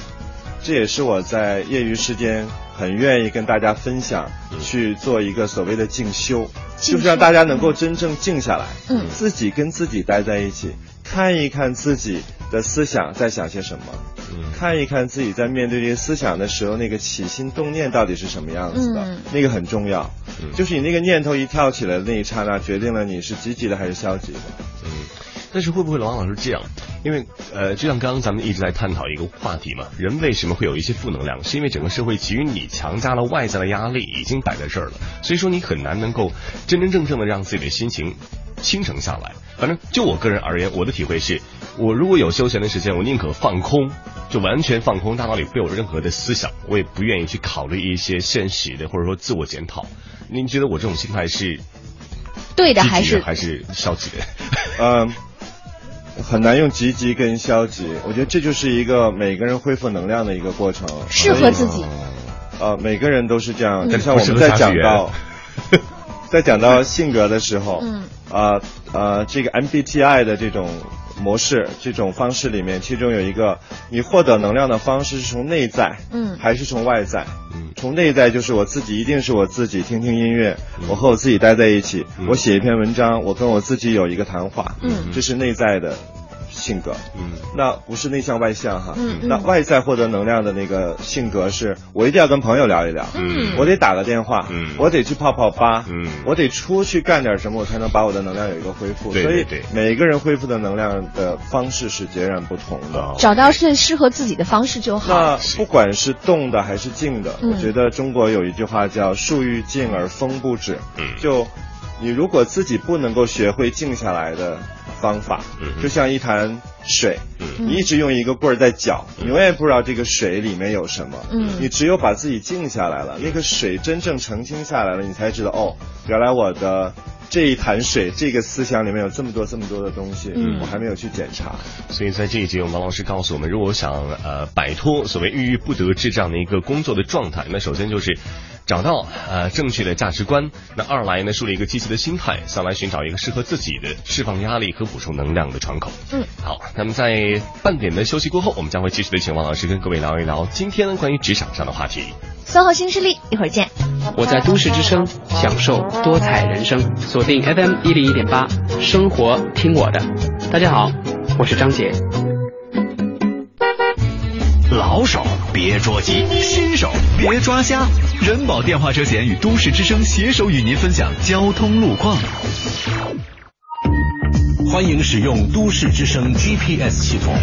Speaker 3: 这也是我在业余时间很愿意跟大家分享，去做一个所谓的静修，
Speaker 2: 嗯静修
Speaker 3: 就是让大家能够真正静下来，
Speaker 2: 嗯
Speaker 3: 自己跟自己待在一起，看一看自己的思想在想些什么。
Speaker 1: 嗯
Speaker 3: 看一看自己在面对这些思想的时候，那个起心动念到底是什么样子的，
Speaker 2: 嗯
Speaker 3: 那个很重要。
Speaker 1: 嗯
Speaker 3: 就是你那个念头一跳起来的那一刹那，决定了你是积极的还是消极的。
Speaker 1: 但是会不会王老师这样？因为呃，就像刚刚咱们一直在探讨一个话题嘛，人为什么会有一些负能量，是因为整个社会给予你强加了外在的压力，已经摆在这儿了，所以说你很难能够真真正正的让自己的心情清澄下来。反正就我个人而言，我的体会是，我如果有休闲的时间，我宁可放空，就完全放空，大脑里不有任何的思想，我也不愿意去考虑一些现实的或者说自我检讨。您觉得我这种心态是
Speaker 2: 对的
Speaker 1: 积极
Speaker 2: 还是
Speaker 1: 还是消极的？
Speaker 3: 嗯，很难用积极跟消极，我觉得这就是一个每个人恢复能量的一个过程。
Speaker 2: 适合自
Speaker 1: 哦
Speaker 2: 己？
Speaker 3: 呃，每个人都是这样。就
Speaker 1: 嗯
Speaker 3: 像我们在讲到
Speaker 1: 不适合驾驶员，
Speaker 3: 在讲到性格的时候，
Speaker 2: 嗯，
Speaker 3: 啊呃，这个 MBTI 的这种模式、这种方式里面，其中有一个，你获得能量的方式是从内在，
Speaker 2: 嗯
Speaker 3: 还是从外在？
Speaker 1: 嗯
Speaker 3: 从内在就是我自己，一定是我自己听听音乐，我和我自己待在一起，
Speaker 1: 嗯
Speaker 3: 我写一篇文章，我跟我自己有一个谈话，
Speaker 2: 嗯
Speaker 3: 这是内在的性格，
Speaker 1: 嗯
Speaker 3: 那不是内向外向哈，
Speaker 2: 嗯嗯
Speaker 3: 那外在获得能量的那个性格是，我一定要跟朋友聊一聊，
Speaker 1: 嗯
Speaker 3: 我得打个电话，
Speaker 1: 嗯
Speaker 3: 我得去泡泡吧，
Speaker 1: 嗯
Speaker 3: 我得出去干点什么，我才能把我的能量有一个恢复。
Speaker 1: 对对
Speaker 3: 所
Speaker 1: 对
Speaker 3: 以每个人恢复的能量的方式是截然不同的。
Speaker 1: 哦
Speaker 2: 找到最适合自己的方式就好。
Speaker 3: 那不管是动的还是静的，
Speaker 2: 嗯
Speaker 3: 我觉得中国有一句话叫“树欲静而风不止”，
Speaker 1: 嗯
Speaker 3: 就你如果自己不能够学会静下来的方法，
Speaker 1: 嗯哼
Speaker 3: 就像一潭水，
Speaker 1: 嗯
Speaker 3: 你一直用一个棍儿在搅，你永远不知道这个水里面有什么，
Speaker 2: 嗯
Speaker 3: 你只有把自己静下来了，那个水真正澄清下来了，你才知道哦，原来我的。这一潭水，这个思想里面有这么多这么多的东西，
Speaker 2: 嗯
Speaker 3: 我还没有去检查。
Speaker 1: 所以在这一节，王老师告诉我们，如果想呃摆脱所谓郁郁不得志这样的一个工作的状态，那首先就是找到呃正确的价值观，那二来呢树立一个积极的心态，三来寻找一个适合自己的释放压力和补充能量的窗口。
Speaker 2: 嗯，
Speaker 1: 好，那么在半点的休息过后，我们将会继续的请王老师跟各位聊一聊今天关于职场上的话题。
Speaker 2: SOHO 新势力，一会儿见。
Speaker 10: 我在都市之声享受多彩人生，锁定 FM 一零一点八，生活听我的。大家好，我是张杰。
Speaker 4: 老手别着急，新手别抓瞎。人保电话车险与都市之声携手与您分享交通路况。欢迎使用都市之声 GPS 系统，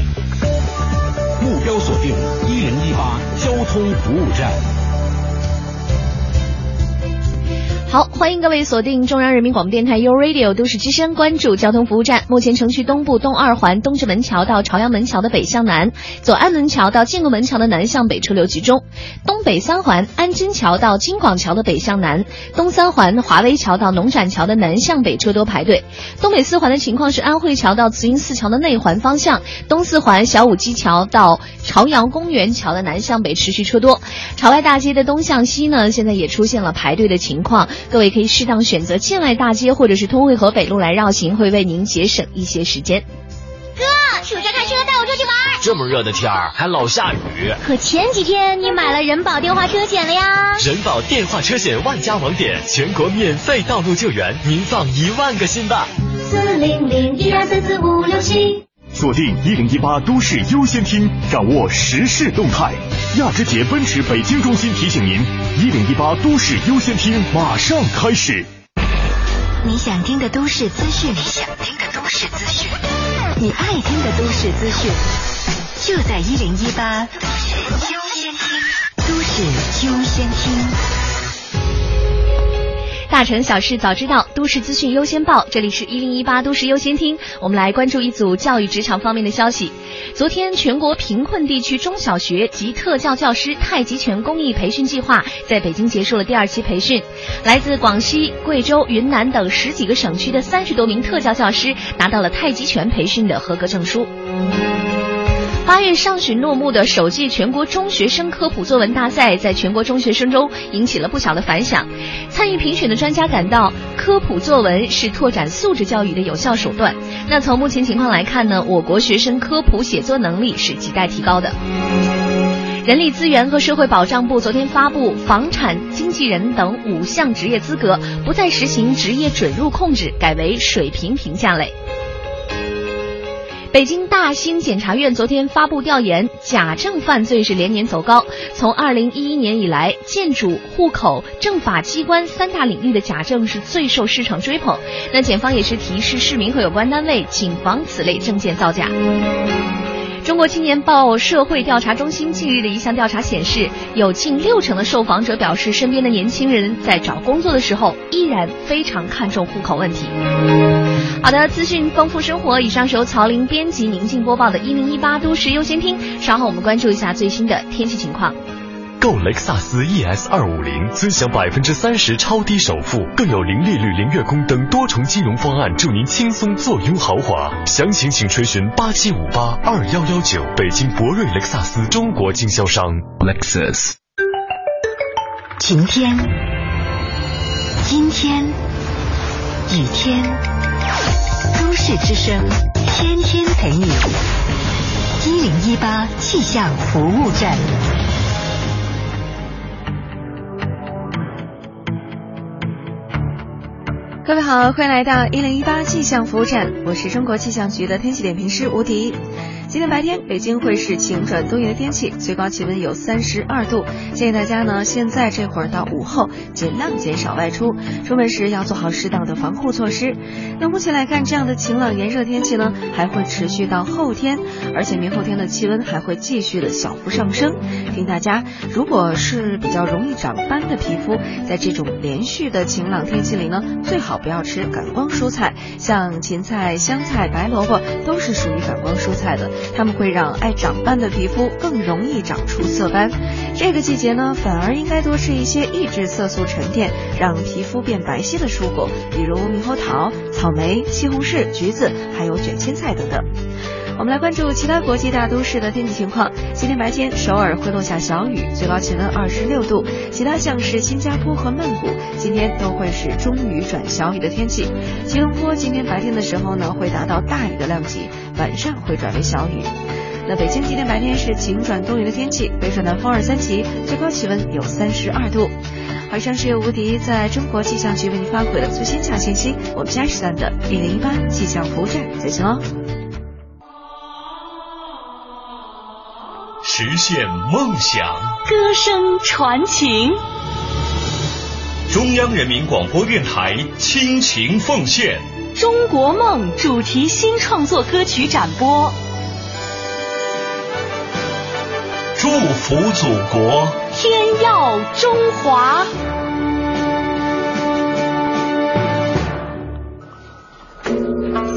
Speaker 4: 目标锁定一零一八交通服务站。
Speaker 2: 好，欢迎各位锁定中央人民广播电台 u Radio 都市之声，关注交通服务站。目前城区东部东二环东直门桥到朝阳门桥的北向南，左安门桥到建国门桥的南向北车流集中；东北三环安津桥到京广桥的北向南，东三环华威桥到农展桥的南向北车多排队；东北四环的情况是安慧桥到慈云寺桥的内环方向，东四环小武基桥到朝阳公园桥的南向北持续车多。朝外大街的东向西呢，现在也出现了排队的情况，各位可以适当选择建外大街或者是通惠河北路来绕行，会为您节省一些时间。
Speaker 5: 暑假开车带我出去玩儿。
Speaker 4: 这么热的天儿还老下雨，
Speaker 5: 可前几天你买了人保电话车险了呀？
Speaker 4: 人保电话车险万家网点全国免费道路救援，您放一万个心吧。
Speaker 5: 四零零一二三四五六七。
Speaker 4: 锁定一零一八都市优先厅，掌握时事动态。亚之杰奔驰北京中心提醒您，一零一八都市优先厅马上开始。
Speaker 5: 你想听的都市资讯，你想听的都市资讯，你爱听的都市资讯，就在一零一八都市优先听。都市优先听。
Speaker 2: 大城小事早知道，都市资讯优先报。这里是一零一八都市优先听，我们来关注一组教育职场方面的消息。昨天，全国贫困地区中小学及特教教师太极拳公益培训计划在北京结束了第二期培训。来自广西、贵州、云南等十几个省区的三十多名特教教师拿到了太极拳培训的合格证书。八月上旬落幕的首届全国中学生科普作文大赛，在全国中学生中引起了不小的反响。参与评选的专家感到，科普作文是拓展素质教育的有效手段。那从目前情况来看呢，我国学生科普写作能力是亟待提高的。人力资源和社会保障部昨天发布《房产经纪人等五项职业资格》，不再实行职业准入控制，改为水平评价类。北京大兴检察院昨天发布调研，假证犯罪是连年走高。从二零一一年以来，建筑、户口、政法机关三大领域的假证是最受市场追捧。那检方也是提示市民和有关单位谨防此类证件造假。中国青年报社会调查中心近日的一项调查显示，有近六成的受访者表示，身边的年轻人在找工作的时候依然非常看重户口问题。好的，资讯丰富生活。以上是由曹林编辑、宁静播报的《一零一八都市优先听》。稍后我们关注一下最新的天气情况。
Speaker 11: 购雷克萨斯 ES E 二五零，尊享百分之三十超低首付，更有零利率、零月供等多重金融方案，助您轻松坐拥豪华。详情请垂询八七五八二幺幺九，北京博瑞雷克萨斯中国经销商。Lexus。
Speaker 12: 晴天，阴天，雨天，都市之声，天天陪你。一零一八气象服务站。
Speaker 13: 各位好，欢迎来到一零一八气象服务站，我是中国气象局的天气点评师吴迪。今天白天，北京会是晴转多云的天气，最高气温有三十二度。建议大家呢，现在这会儿到午后，尽量减少外出，出门时要做好适当的防护措施。那目前来看，这样的晴朗炎热天气呢，还会持续到后天，而且明后天的气温还会继续的小幅上升。提醒大家，如果是比较容易长斑的皮肤，在这种连续的晴朗天气里呢，最好。不要吃感光蔬菜，像芹菜、香菜、白萝卜都是属于感光蔬菜的，它们会让爱长斑的皮肤更容易长出色斑。这个季节呢，反而应该多吃一些抑制色素沉淀、让皮肤变白皙的蔬果，比如猕猴桃、草莓、西红柿、橘子，还有卷心菜等等。我们来关注其他国际大都市的天气情况。今天白天，首尔会落下小雨，最高气温二十六度。其他像是新加坡和曼谷，今天都会是中雨转小雨的天气。吉隆坡今天白天的时候呢，会达到大雨的量级，晚上会转为小雨。那北京今天白天是晴转多云的天气，北转南风二三级，最高气温有三十二度。好，以上是由吴迪在中国气象局为您发回的最新气象信息。我们下时段的一零一八气象服务站再见哦喽。
Speaker 11: 实现梦想，
Speaker 12: 歌声传情。
Speaker 11: 中央人民广播电台亲情奉献
Speaker 12: 《中国梦》主题新创作歌曲展播。
Speaker 11: 祝福祖国，
Speaker 12: 天耀中华。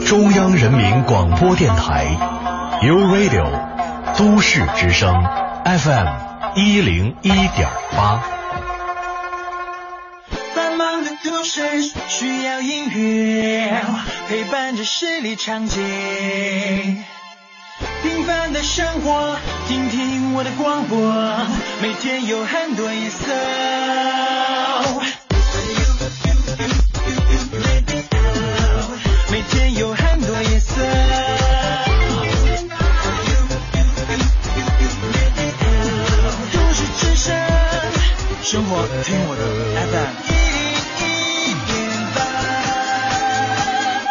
Speaker 11: 中央人民广播电台，You Radio。都市之声 FM 一零一点八。
Speaker 9: 繁忙的都市需要音乐陪伴着十里长街，平凡的生活，听听我的广播，每天有很多颜色。每天有很多颜色。生活，听我的 FM 一零
Speaker 11: 一点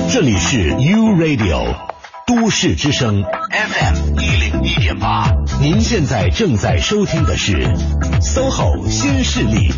Speaker 11: 八，这里是 U Radio 都市之声 FM 一零一点八，您现在正在收听的是 SOHO 新势力。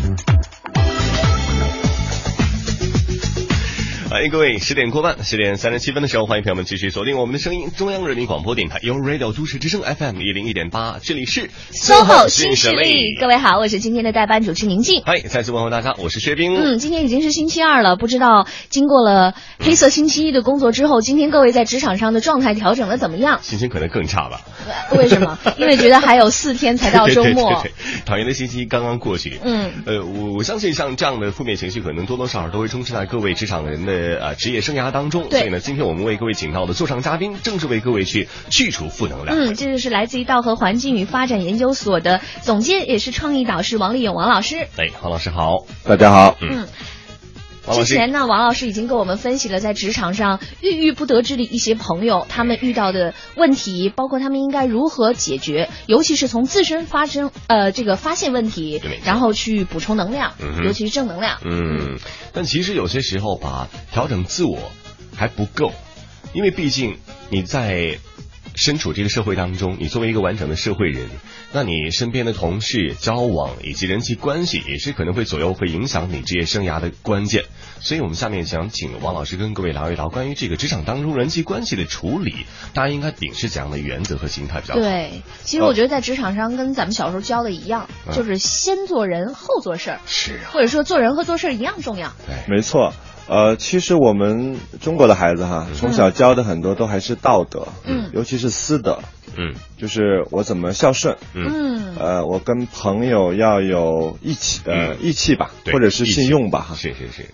Speaker 1: 欢哎迎各位，十点过半，十点三十七分的时候，欢迎朋友们继续锁定我们的声音，中央人民广播电台 u Radio 都市之声 FM 一零一点八，这里是
Speaker 2: SOHO 新势力。各位好，我是今天的代班主持宁静。
Speaker 1: 嗨，再次问候大家，我是薛冰。
Speaker 2: 嗯，今天已经是星期二了，不知道经过了黑色星期一的工作之后，今天各位在职场上的状态调整的怎么 样？
Speaker 1: 心情可能更差吧？
Speaker 2: 为什 么？因为觉得还有四天才到周 末。
Speaker 1: 对对对讨厌的星期一刚刚过去。
Speaker 2: 嗯。
Speaker 1: 呃，我我相信像这样的负面情绪，可能多多少少都会充斥在各位职场人的。呃啊，职业生涯当中，
Speaker 2: 对
Speaker 1: 所以呢，今天我们为各位请到的座上嘉宾，正是为各位去去除负能量。
Speaker 2: 嗯，这就是来自于道和环境与发展研究所的总监，也是创意导师王立勇王老师。
Speaker 1: 哎，王老师好，
Speaker 3: 大家好，
Speaker 1: 嗯，王老
Speaker 2: 之
Speaker 1: 师
Speaker 2: 前呢，王老师已经跟我们分析了在职场上郁郁不得志的一些朋友，他们遇到的问题，包括他们应该如何解决，尤其是从自身发生呃这个发现问题
Speaker 1: 对没，错
Speaker 2: 然后去补充能量，
Speaker 1: 嗯哼
Speaker 2: 尤其是正能量。
Speaker 1: 嗯，但其实有些时候吧，调整自我还不够。因为毕竟你在身处这个社会当中，你作为一个完整的社会人，那你身边的同事交往以及人际关系，也是可能会左右会影响你职业生涯的关键。所以我们下面想请王老师跟各位聊一聊关于这个职场当中人际关系的处理，大家应该秉持怎样的原则和心态比较好？
Speaker 2: 对，其实我觉得在职场上跟咱们小时候教的一样，
Speaker 1: 嗯
Speaker 2: 就是先做人后做事儿，
Speaker 1: 是啊，
Speaker 2: 或者说做人和做事儿一样重要。
Speaker 3: 没错，呃，其实我们中国的孩子哈，从小教的很多都还是道德，
Speaker 2: 嗯
Speaker 3: 尤其是私德，
Speaker 1: 嗯，
Speaker 3: 就是我怎么孝顺，
Speaker 2: 嗯
Speaker 3: 呃，我跟朋友要有义气，呃，义气吧，
Speaker 1: 嗯对
Speaker 3: 或者是信用吧，哈，
Speaker 1: 是是是，嗯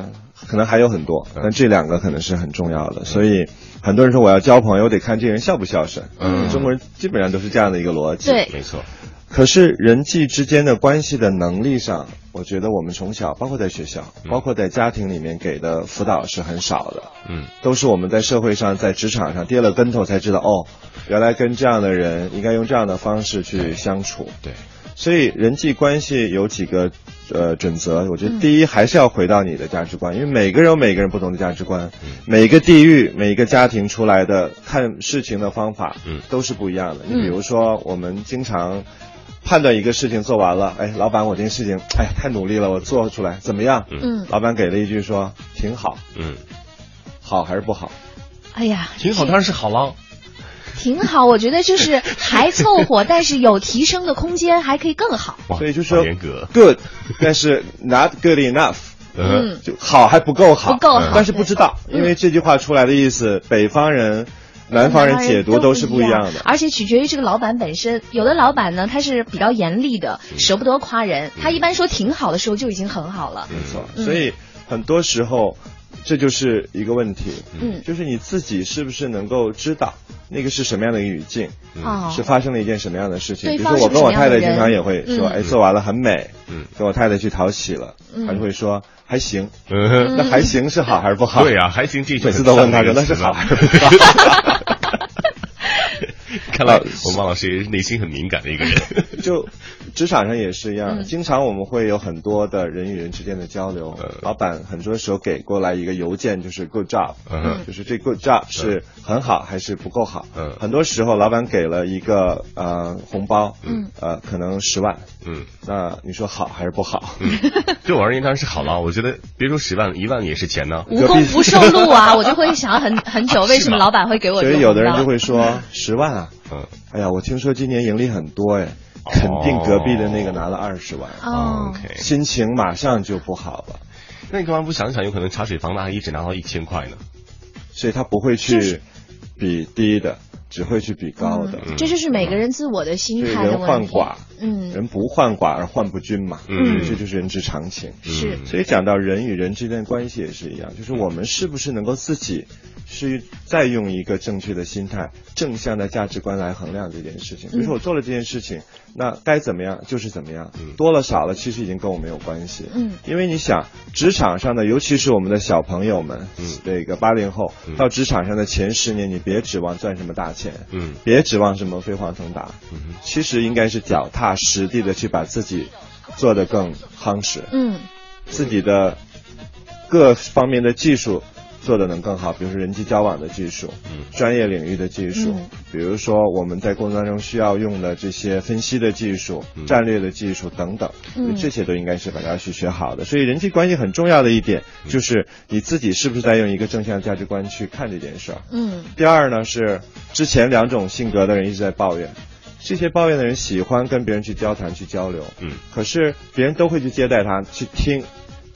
Speaker 3: 呃，可能还有很多，但这两个可能是很重要的，所以很多人说我要交朋友，我得看这人孝不孝顺，
Speaker 1: 嗯
Speaker 3: 中国人基本上都是这样的一个逻辑，
Speaker 2: 对
Speaker 1: 没错，
Speaker 3: 可是人际之间的关系的能力上，我觉得我们从小，包括在学校，包括在家庭里面给的辅导是很少的，
Speaker 1: 嗯，
Speaker 3: 都是我们在社会上、在职场上跌了跟头才知道，哦，原来跟这样的人应该用这样的方式去相处。
Speaker 1: 对，
Speaker 3: 所以人际关系有几个呃准则，
Speaker 1: 嗯
Speaker 3: 我觉得第一还是要回到你的价值观，因为每个人有每个人不同的价值观，
Speaker 1: 嗯
Speaker 3: 每个地域、每个家庭出来的看事情的方法，
Speaker 1: 嗯，
Speaker 3: 都是不一样的。你
Speaker 1: 嗯
Speaker 3: 比如说，我们经常。判断一个事情做完了，哎，老板，我这个事情，哎，太努力了，我做出来怎么样？
Speaker 2: 嗯
Speaker 3: 老板给了一句说挺好，
Speaker 1: 嗯，
Speaker 3: 好还是不 好？
Speaker 2: 哎呀，
Speaker 1: 挺好当然是好了，
Speaker 2: 挺好，我觉得就是还凑 合，但是有提升的空间，还可以更好。
Speaker 3: 所以就是说
Speaker 1: 严格
Speaker 3: good，但是 not good enough，
Speaker 2: 嗯
Speaker 3: 就好还不够好，嗯
Speaker 2: 不够好
Speaker 3: 但是不知道，因为这句话出来的意思，北方人、南方人解读
Speaker 2: 都
Speaker 3: 都是不一样的。
Speaker 2: 而且取决于这个老板本身。有的老板呢，他是比较严厉的，
Speaker 3: 嗯
Speaker 2: 舍不得夸人。他一般说挺好的时候就已经很好了。
Speaker 3: 没错，
Speaker 2: 嗯
Speaker 3: 所以很多时候这就是一个问题，
Speaker 2: 嗯
Speaker 3: 就是你自己是不是能够知道那个是什么样的语境，
Speaker 2: 哦
Speaker 3: 是发生了一件什么样的事情。
Speaker 2: 对
Speaker 3: 比如
Speaker 2: 方
Speaker 3: 说我
Speaker 2: 是
Speaker 3: 跟
Speaker 2: 什么
Speaker 3: 我
Speaker 2: 样的
Speaker 3: 太太
Speaker 2: 人
Speaker 3: 经常也会说，
Speaker 2: 嗯
Speaker 3: 哎，做完了很美，
Speaker 1: 嗯，
Speaker 3: 跟我太太去讨喜了，
Speaker 2: 嗯
Speaker 3: 她就会说还行，
Speaker 1: 嗯
Speaker 3: 那还行是好还是不好？
Speaker 1: 对呀、还行，这
Speaker 3: 每次都问她说那是好还是不好？
Speaker 1: 看来我们王老师也是内心很敏感的一个人。
Speaker 3: 就职场上也是一样，
Speaker 1: 嗯
Speaker 3: 经常我们会有很多的人与人之间的交流。
Speaker 1: 呃
Speaker 3: 老板很多时候给过来一个邮件，就是 good job，、
Speaker 1: 嗯
Speaker 3: 就是这 good job 是很好还是不够好。
Speaker 1: 嗯
Speaker 3: 很多时候老板给了一个呃红包，
Speaker 1: 嗯，
Speaker 3: 呃可能十万，
Speaker 1: 嗯，
Speaker 3: 那你说好还是不好？
Speaker 1: 对我而言当然是好了，我觉得别说十万，一万也是 钱呢。
Speaker 2: 无功不受禄啊！我就会想很很久，为什么老板会给我这
Speaker 3: 所
Speaker 2: 种
Speaker 3: 以
Speaker 2: 红包？
Speaker 3: 有的人就会说十万啊，
Speaker 1: 嗯，
Speaker 3: 哎呀，我听说今年盈利很多哎，肯定隔壁的那个拿了二十万，
Speaker 2: 哦
Speaker 1: OK
Speaker 3: 心情马上就不好了。
Speaker 1: 那你干嘛不想想，有可能茶水房的阿姨只拿到一千块呢？
Speaker 3: 所以他不会去比低的，只会去比高的。
Speaker 2: 嗯
Speaker 1: 嗯
Speaker 2: 这就是每个人自我的心
Speaker 3: 对
Speaker 2: 态
Speaker 3: 嗯
Speaker 2: 的
Speaker 3: 人
Speaker 2: 问
Speaker 3: 患
Speaker 2: 题。
Speaker 3: 寡，
Speaker 2: 嗯
Speaker 3: 人不患寡而患不均嘛，
Speaker 1: 嗯
Speaker 3: 这就是人之常情。
Speaker 2: 是
Speaker 3: 所以讲到人与人之间的关系也是一样，就是我们是不是能够自己是再用一个正确的心态、正向的价值观来衡量这件事
Speaker 2: 嗯
Speaker 3: 情。比如说我做了这件事情，那该怎么样就是怎么样，多了少了其实已经跟我没有关系。
Speaker 2: 嗯
Speaker 3: 因为你想，职场上的，尤其是我们的小朋友们，这个八零后到职场上的前十年，你别指望赚什么大钱，
Speaker 1: 嗯，
Speaker 3: 别指望什么飞黄腾达，其实应该是脚踏实地的去把自己做得更夯实，
Speaker 2: 嗯
Speaker 3: 自己的各方面的技术做得能更好，比如说人际交往的技术，专业领域的技术，
Speaker 2: 嗯
Speaker 3: 比如说我们在工作当中需要用的这些分析的技术、战略的技术等等，
Speaker 2: 嗯
Speaker 3: 这些都应该是把它去学好的。所以人际关系很重要的一点就是你自己是不是在用一个正向价值观去看这件事儿。
Speaker 2: 嗯
Speaker 3: 第二呢是之前两种性格的人一直在抱怨，这些抱怨的人喜欢跟别人去交谈、去交流，
Speaker 1: 嗯，
Speaker 3: 可是别人都会去接待他，去听，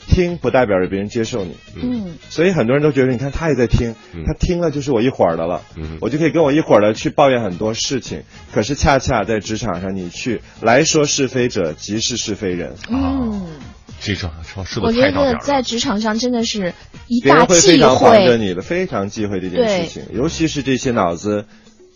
Speaker 3: 听不代表着别人接受你，
Speaker 2: 嗯
Speaker 3: 所以很多人都觉得，你看他也在听，
Speaker 1: 嗯
Speaker 3: 他听了就是我一伙儿的了，我就可以跟我一伙儿的去抱怨很多事情。可是恰恰在职场上，你去来说是非者，即是是非人。啊
Speaker 2: 嗯，
Speaker 1: 这说说说
Speaker 2: 我
Speaker 1: 的
Speaker 2: 觉
Speaker 1: 太到点儿
Speaker 2: 得
Speaker 1: 了。
Speaker 2: 在职场上真的是一
Speaker 3: 别
Speaker 2: 大
Speaker 3: 人会非
Speaker 2: 忌
Speaker 3: 常防着
Speaker 2: 讳。
Speaker 3: 你的，非常忌讳这件事情，尤其是这些脑子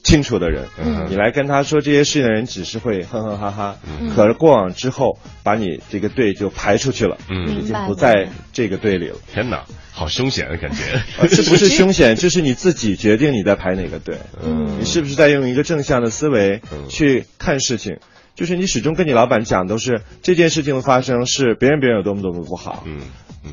Speaker 3: 清楚的人，
Speaker 1: 嗯
Speaker 3: 你来跟他说这些事情的人，只是会哼哼哈哈。
Speaker 1: 嗯
Speaker 3: 可是过往之后，把你这个队就排出去了，
Speaker 1: 嗯
Speaker 3: 已
Speaker 1: 明
Speaker 3: 经
Speaker 2: 白
Speaker 3: 不
Speaker 2: 了
Speaker 3: 在这个队里了。
Speaker 1: 天哪，好凶险的感觉。
Speaker 3: 呃这不是凶险，这是你自己决定你在排哪个队。
Speaker 1: 嗯
Speaker 3: 你是不是在用一个正向的思维去看事情？就是你始终跟你老板讲都是这件事情的发生是别人别人有多么多么不好，
Speaker 1: 嗯，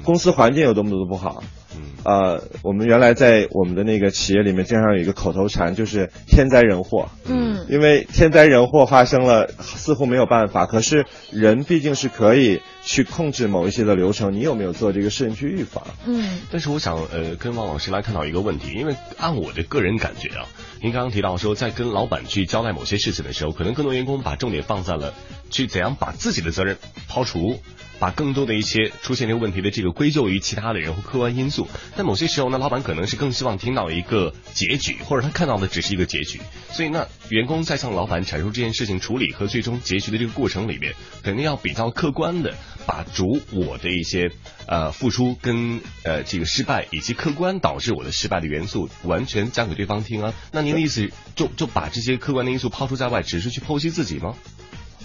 Speaker 3: 公司环境有多么多么不好，
Speaker 1: 嗯，
Speaker 3: 呃，我们原来在我们的那个企业里面经常有一个口头禅，就是天灾人祸。
Speaker 2: 嗯，
Speaker 3: 因为天灾人祸发生了，似乎没有办法，可是人毕竟是可以去控制某一些的流程，你有没有做这个事情去预防？
Speaker 2: 嗯，
Speaker 1: 但是我想呃，跟王老师来探讨一个问题，因为按我的个人感觉啊，您刚刚提到说，在跟老板去交代某些事情的时候，可能更多员工把重点放在了去怎样把自己的责任抛除。把更多的一些出现这个问题的这个归咎于其他的人或客观因素，但某些时候呢，老板可能是更希望听到一个结局，或者他看到的只是一个结局。所以那员工在向老板阐述这件事情处理和最终结局的这个过程里面，肯定要比较客观的把主我的一些呃付出跟呃这个失败以及客观导致我的失败的元素完全讲给对方听啊。那您的意思就就把这些客观的因素抛出在外，只是去剖析自己吗？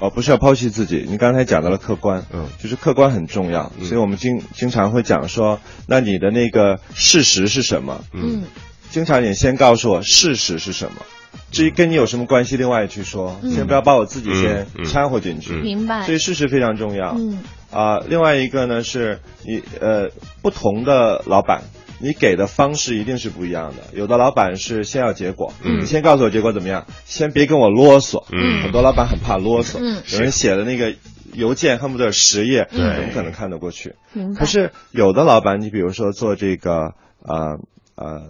Speaker 3: 哦，不是要剖析自己。你刚才讲到了客观，
Speaker 1: 嗯，
Speaker 3: 就是客观很重要，
Speaker 1: 嗯
Speaker 3: 所以我们经经常会讲说，那你的那个事实是什么？
Speaker 2: 嗯，
Speaker 3: 经常你先告诉我事实是什么，至
Speaker 1: 嗯
Speaker 3: 于跟你有什么关系，另外去说，
Speaker 2: 嗯
Speaker 3: 先不要把我自己先
Speaker 1: 嗯嗯
Speaker 3: 掺和进去。
Speaker 2: 明白
Speaker 3: 所以事实非常重要。
Speaker 2: 嗯
Speaker 3: 啊、另外一个呢是你呃不同的老板。你给的方式一定是不一样的，有的老板是先要结果，
Speaker 1: 嗯
Speaker 3: 你先告诉我结果怎么样，先别跟我啰嗦，
Speaker 1: 嗯
Speaker 3: 很多老板很怕啰嗦，
Speaker 2: 嗯
Speaker 3: 有人写的那个邮件恨不得有十页，
Speaker 1: 对
Speaker 3: 怎么可能看得过去？
Speaker 2: 明白。
Speaker 3: 可是有的老板，你比如说做这个呃呃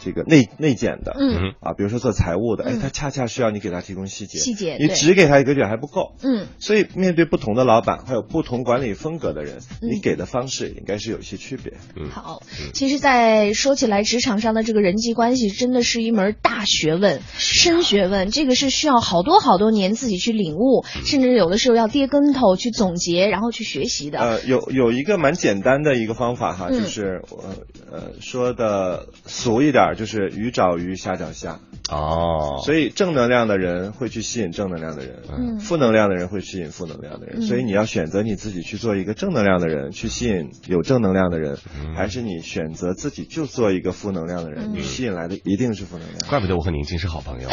Speaker 3: 这个内内检的，
Speaker 2: 嗯
Speaker 3: 啊，比如说做财务的，哎
Speaker 2: 嗯，
Speaker 3: 他恰恰需要你给他提供细节，
Speaker 2: 细节
Speaker 3: 你
Speaker 2: 对
Speaker 3: 只给他一个点还不够。
Speaker 2: 嗯
Speaker 3: 所以，面对不同的老板，还有不同管理风格的人，
Speaker 2: 嗯
Speaker 3: 你给的方式应该是有一些区别。
Speaker 1: 嗯
Speaker 2: 好，其实，在说起来，职场上的这个人际关系真的是一门大学问、
Speaker 14: 啊
Speaker 2: 深学问，这个是需要好多好多年自己去领悟，甚至有的时候要跌跟头去总结，然后去学习的。
Speaker 3: 呃，有有一个蛮简单的一个方法哈，
Speaker 2: 嗯
Speaker 3: 就是我呃说的俗一点儿，就是鱼找鱼，虾找虾。
Speaker 1: 哦，
Speaker 3: 所以正能量的人会去吸引正能量的人，
Speaker 2: 嗯
Speaker 3: 负能量的人会吸引负能量的人。
Speaker 2: 嗯
Speaker 3: 所以你要选择你自己去做一个正能量的人，去吸引有正能量的人，
Speaker 1: 嗯
Speaker 3: 还是你选择自己就做一个负能量的人，
Speaker 2: 嗯
Speaker 3: 你吸引来的一定是负能量。
Speaker 1: 怪不得我和宁静是好朋友。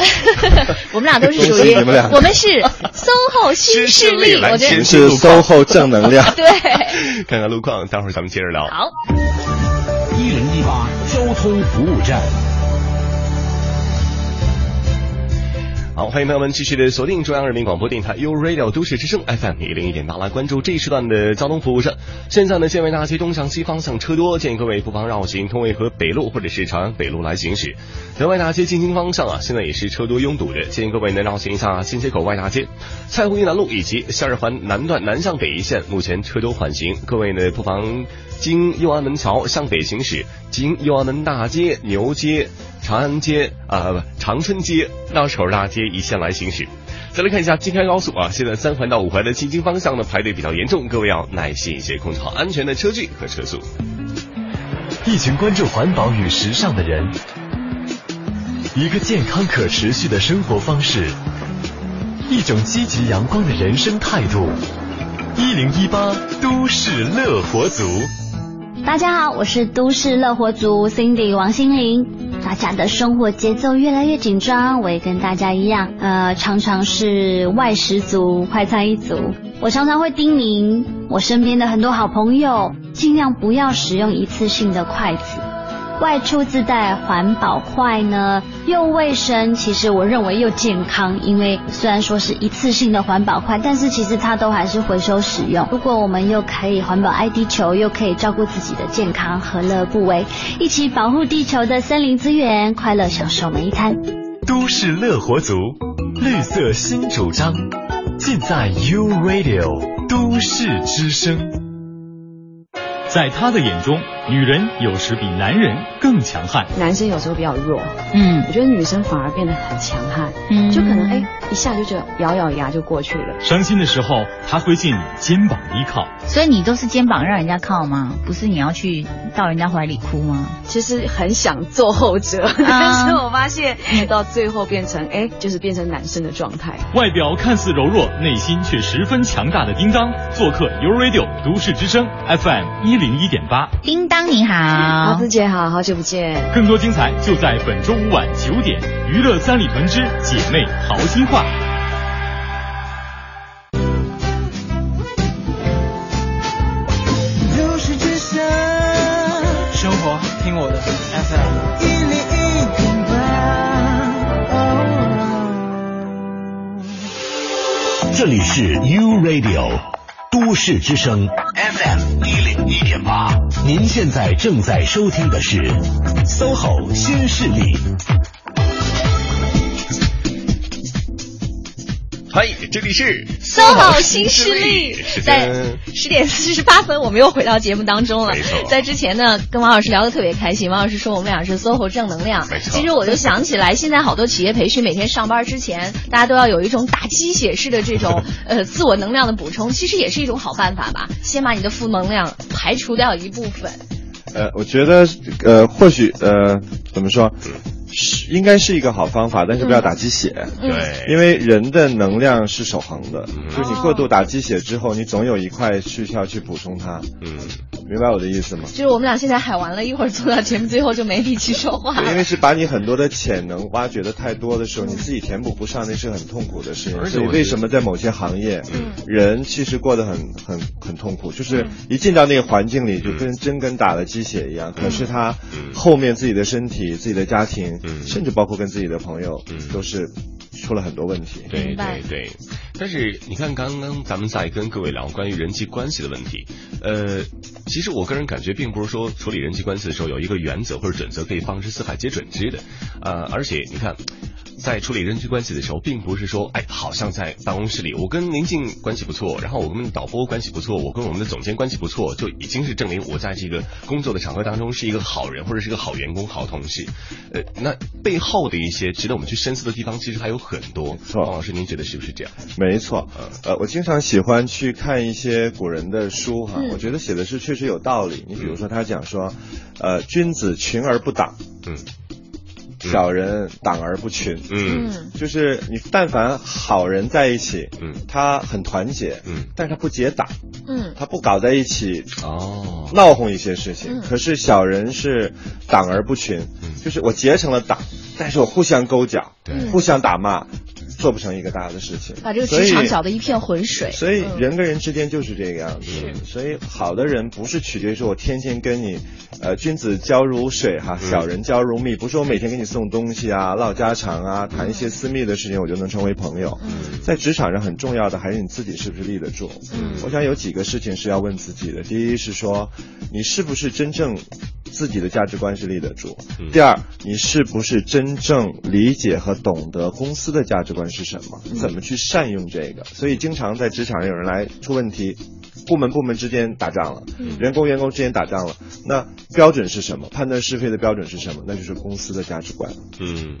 Speaker 2: 我们俩都是属
Speaker 3: 恭
Speaker 2: 于
Speaker 3: 喜你们俩
Speaker 2: 我们是 SOHO 新势力，我觉
Speaker 1: 真
Speaker 2: 得
Speaker 3: 是 SOHO 正能 量。
Speaker 2: 对。
Speaker 1: 看看路况，待会儿咱们接着聊。
Speaker 2: 好，
Speaker 15: 一零一八交通服务站。
Speaker 1: 好，欢迎朋友们继续的锁定中央人民广播电台 u Radio 都市之声 FM 一零一点八，来关注这一时段的交通服务站。现在呢，建外大街东向西方向车多，建议各位不妨绕行通渭河北路或者是朝阳北路来行驶。德外大街进京方向啊，现在也是车多拥堵的，建议各位呢绕行一下新街口外大街、蔡胡营南路以及夏日环南段南向北一线，目前车多缓行，各位呢不妨经右安门桥向北行驶，经右安门大街、牛街。长安街啊、不长春街到首尔大街一线来行驶。再来看一下京开高速啊，现在三环到五环的进京方向呢排队比较严重，各位要耐心一些，控制好安全的车距和车速。
Speaker 11: 一群关注环保与时尚的人，一个健康可持续的生活方式，一种积极阳光的人生态度。一零一八都市乐活族，
Speaker 16: 大家好，我是都市乐活族 Cindy 王心凌。大家的生活节奏越来越紧张，我也跟大家一样，呃，常常是外食族、快餐一族。我常常会叮咛我身边的很多好朋友，尽量不要使用一次性的筷子。外出自带环保筷呢，又卫生，其实我认为又健康，因为虽然说是一次性的环保筷，但是其实它都还是回收使用。如果我们又可以环保爱地球，又可以照顾自己的健康，何乐不为？一起保护地球的森林资源，快乐享受每一餐。
Speaker 11: 都市乐活族，绿色新主张，尽在 U Radio 都市之声。
Speaker 17: 在他的眼中，女人有时比男人更强悍。
Speaker 14: 男生有时候比较弱，
Speaker 17: 嗯
Speaker 14: 我觉得女生反而变得很强悍，
Speaker 17: 嗯
Speaker 14: 就可能哎一下就觉得咬咬牙就过去了。
Speaker 17: 伤心的时候，他会借你肩膀依靠。
Speaker 18: 所 以你都是肩膀让人家靠吗？不是你要去到人家怀里哭吗？
Speaker 14: 其实很想做后者，但是我发现啊到最后变成哎就是变成男生的状态。
Speaker 17: 外表看似柔弱，内心却十分强大的叮当，做客 u Radio 都市之声 FM 一零一点八。
Speaker 18: 叮当你好，
Speaker 14: 啊桃子姐好，好久不见。
Speaker 17: 更多精彩就在本周五晚九点，《娱乐三里屯之姐妹淘金话》。
Speaker 9: 都市之声，生活
Speaker 19: 听我的 FM。一零一点
Speaker 15: 八。这里是 U Radio 都市之声 FM 一零一点八，您现在正在收听的是 SOHO 新势力。
Speaker 1: 嗨，这里是
Speaker 2: SOHO 新势力，
Speaker 1: 时
Speaker 2: 在
Speaker 1: 间
Speaker 2: 十点四十八分，我们又回到节目当中了
Speaker 1: 没错。
Speaker 2: 在之前呢，跟王老师聊得特别开心，王老师说我们俩是 SOHO 正能量
Speaker 1: 没。错
Speaker 2: 其实我就想起来，现在好多企业培训每天上班之前，大家都要有一种打鸡血式的这种呃自我能量的补充，其实也是一种好办法吧。先把你的负能量排除掉一部分。
Speaker 3: 呃，我觉得呃，或许呃，怎么说，是应该是一个好方法，但是不要打鸡血。
Speaker 1: 嗯对
Speaker 3: 因为人的能量是守恒的，就是你过度打鸡血之后，你总有一块需要去补充它。
Speaker 1: 嗯，
Speaker 3: 明白我的意思吗？
Speaker 2: 就是我们俩现在海完了，一会儿做到节目最后就没力气说话
Speaker 3: 对，因
Speaker 2: 了。
Speaker 3: 为是把你很多的潜能挖掘的太多的时候，你自己填补不上，那是很痛苦的事情。
Speaker 1: 而且
Speaker 3: 所以
Speaker 1: 我觉得
Speaker 3: 为什么在某些行业，
Speaker 2: 嗯
Speaker 3: 人其实过得很很很痛苦，就是一进到那个环境里，就
Speaker 1: 嗯
Speaker 3: 跟真跟打了鸡血一样。可
Speaker 2: 嗯
Speaker 3: 是他后面自己的身体、自己的家庭，
Speaker 1: 嗯
Speaker 3: 甚至包括跟自己的朋友，都是出了很多问题。
Speaker 1: 对
Speaker 2: 明白
Speaker 1: 嗯对对，但是你看，刚刚咱们在跟各位聊关于人际关系的问题，呃，其实我个人感觉，并不是说处理人际关系的时候有一个原则或者准则可以放之四海皆准之的，呃，而且你看。在处理人际关系的时候，并不是说，哎，好像在办公室里，我跟宁静关系不错，然后我跟导播关系不错，我跟我们的总监关系不错，就已经是证明我在这个工作的场合当中是一个好人或者是一个好员工、好同事。呃，那背后的一些值得我们去深思的地方，其实还有很多。王老师，您觉得是不是这样？
Speaker 3: 没错，呃，我经常喜欢去看一些古人的书哈，
Speaker 1: 嗯
Speaker 3: 我觉得写的是确实有道理。你比如说，他讲说，呃，君子群而不党，
Speaker 1: 嗯，
Speaker 3: 小人党而不群，
Speaker 1: 嗯
Speaker 2: 嗯
Speaker 3: 就是你但凡好人在一起，
Speaker 1: 嗯，
Speaker 3: 他很团结，
Speaker 1: 嗯，
Speaker 3: 但是他不结党，
Speaker 2: 嗯
Speaker 3: 他不搞在一起
Speaker 1: 哦，
Speaker 3: 闹哄一些事情。
Speaker 2: 嗯
Speaker 3: 可是小人是党而不群，
Speaker 1: 嗯
Speaker 3: 就是我结成了党，但是我互相勾脚，
Speaker 2: 对
Speaker 3: 互相打骂，做不成一个大的事情。
Speaker 2: 把这个
Speaker 3: 所
Speaker 2: 职
Speaker 3: 以
Speaker 2: 场搅得一片浑水。
Speaker 3: 所以
Speaker 2: 嗯
Speaker 3: 人跟人之间就是这个样子。嗯所以好的人不是取决于说我天天跟你，呃，君子交如水哈，
Speaker 1: 嗯
Speaker 3: 小人交如蜜。不是我每天给你送东西啊、唠家常啊、谈一些私密的事情，我就能成为朋友。在职场上很重要的还是你自己是不是立得住。我想有几个事情是要问自己的。第一是说，你是不是真正自己的价值观是立得住？第二，你是不是真正理解和懂得公司的价值观是什么？怎么去善用这个？所以经常在职场上有人来出问题。部门部门之间打仗了，员工员工之间打仗了，那标准是什么？判断是非的标准是什么？那就是公司的价值观。
Speaker 1: 嗯，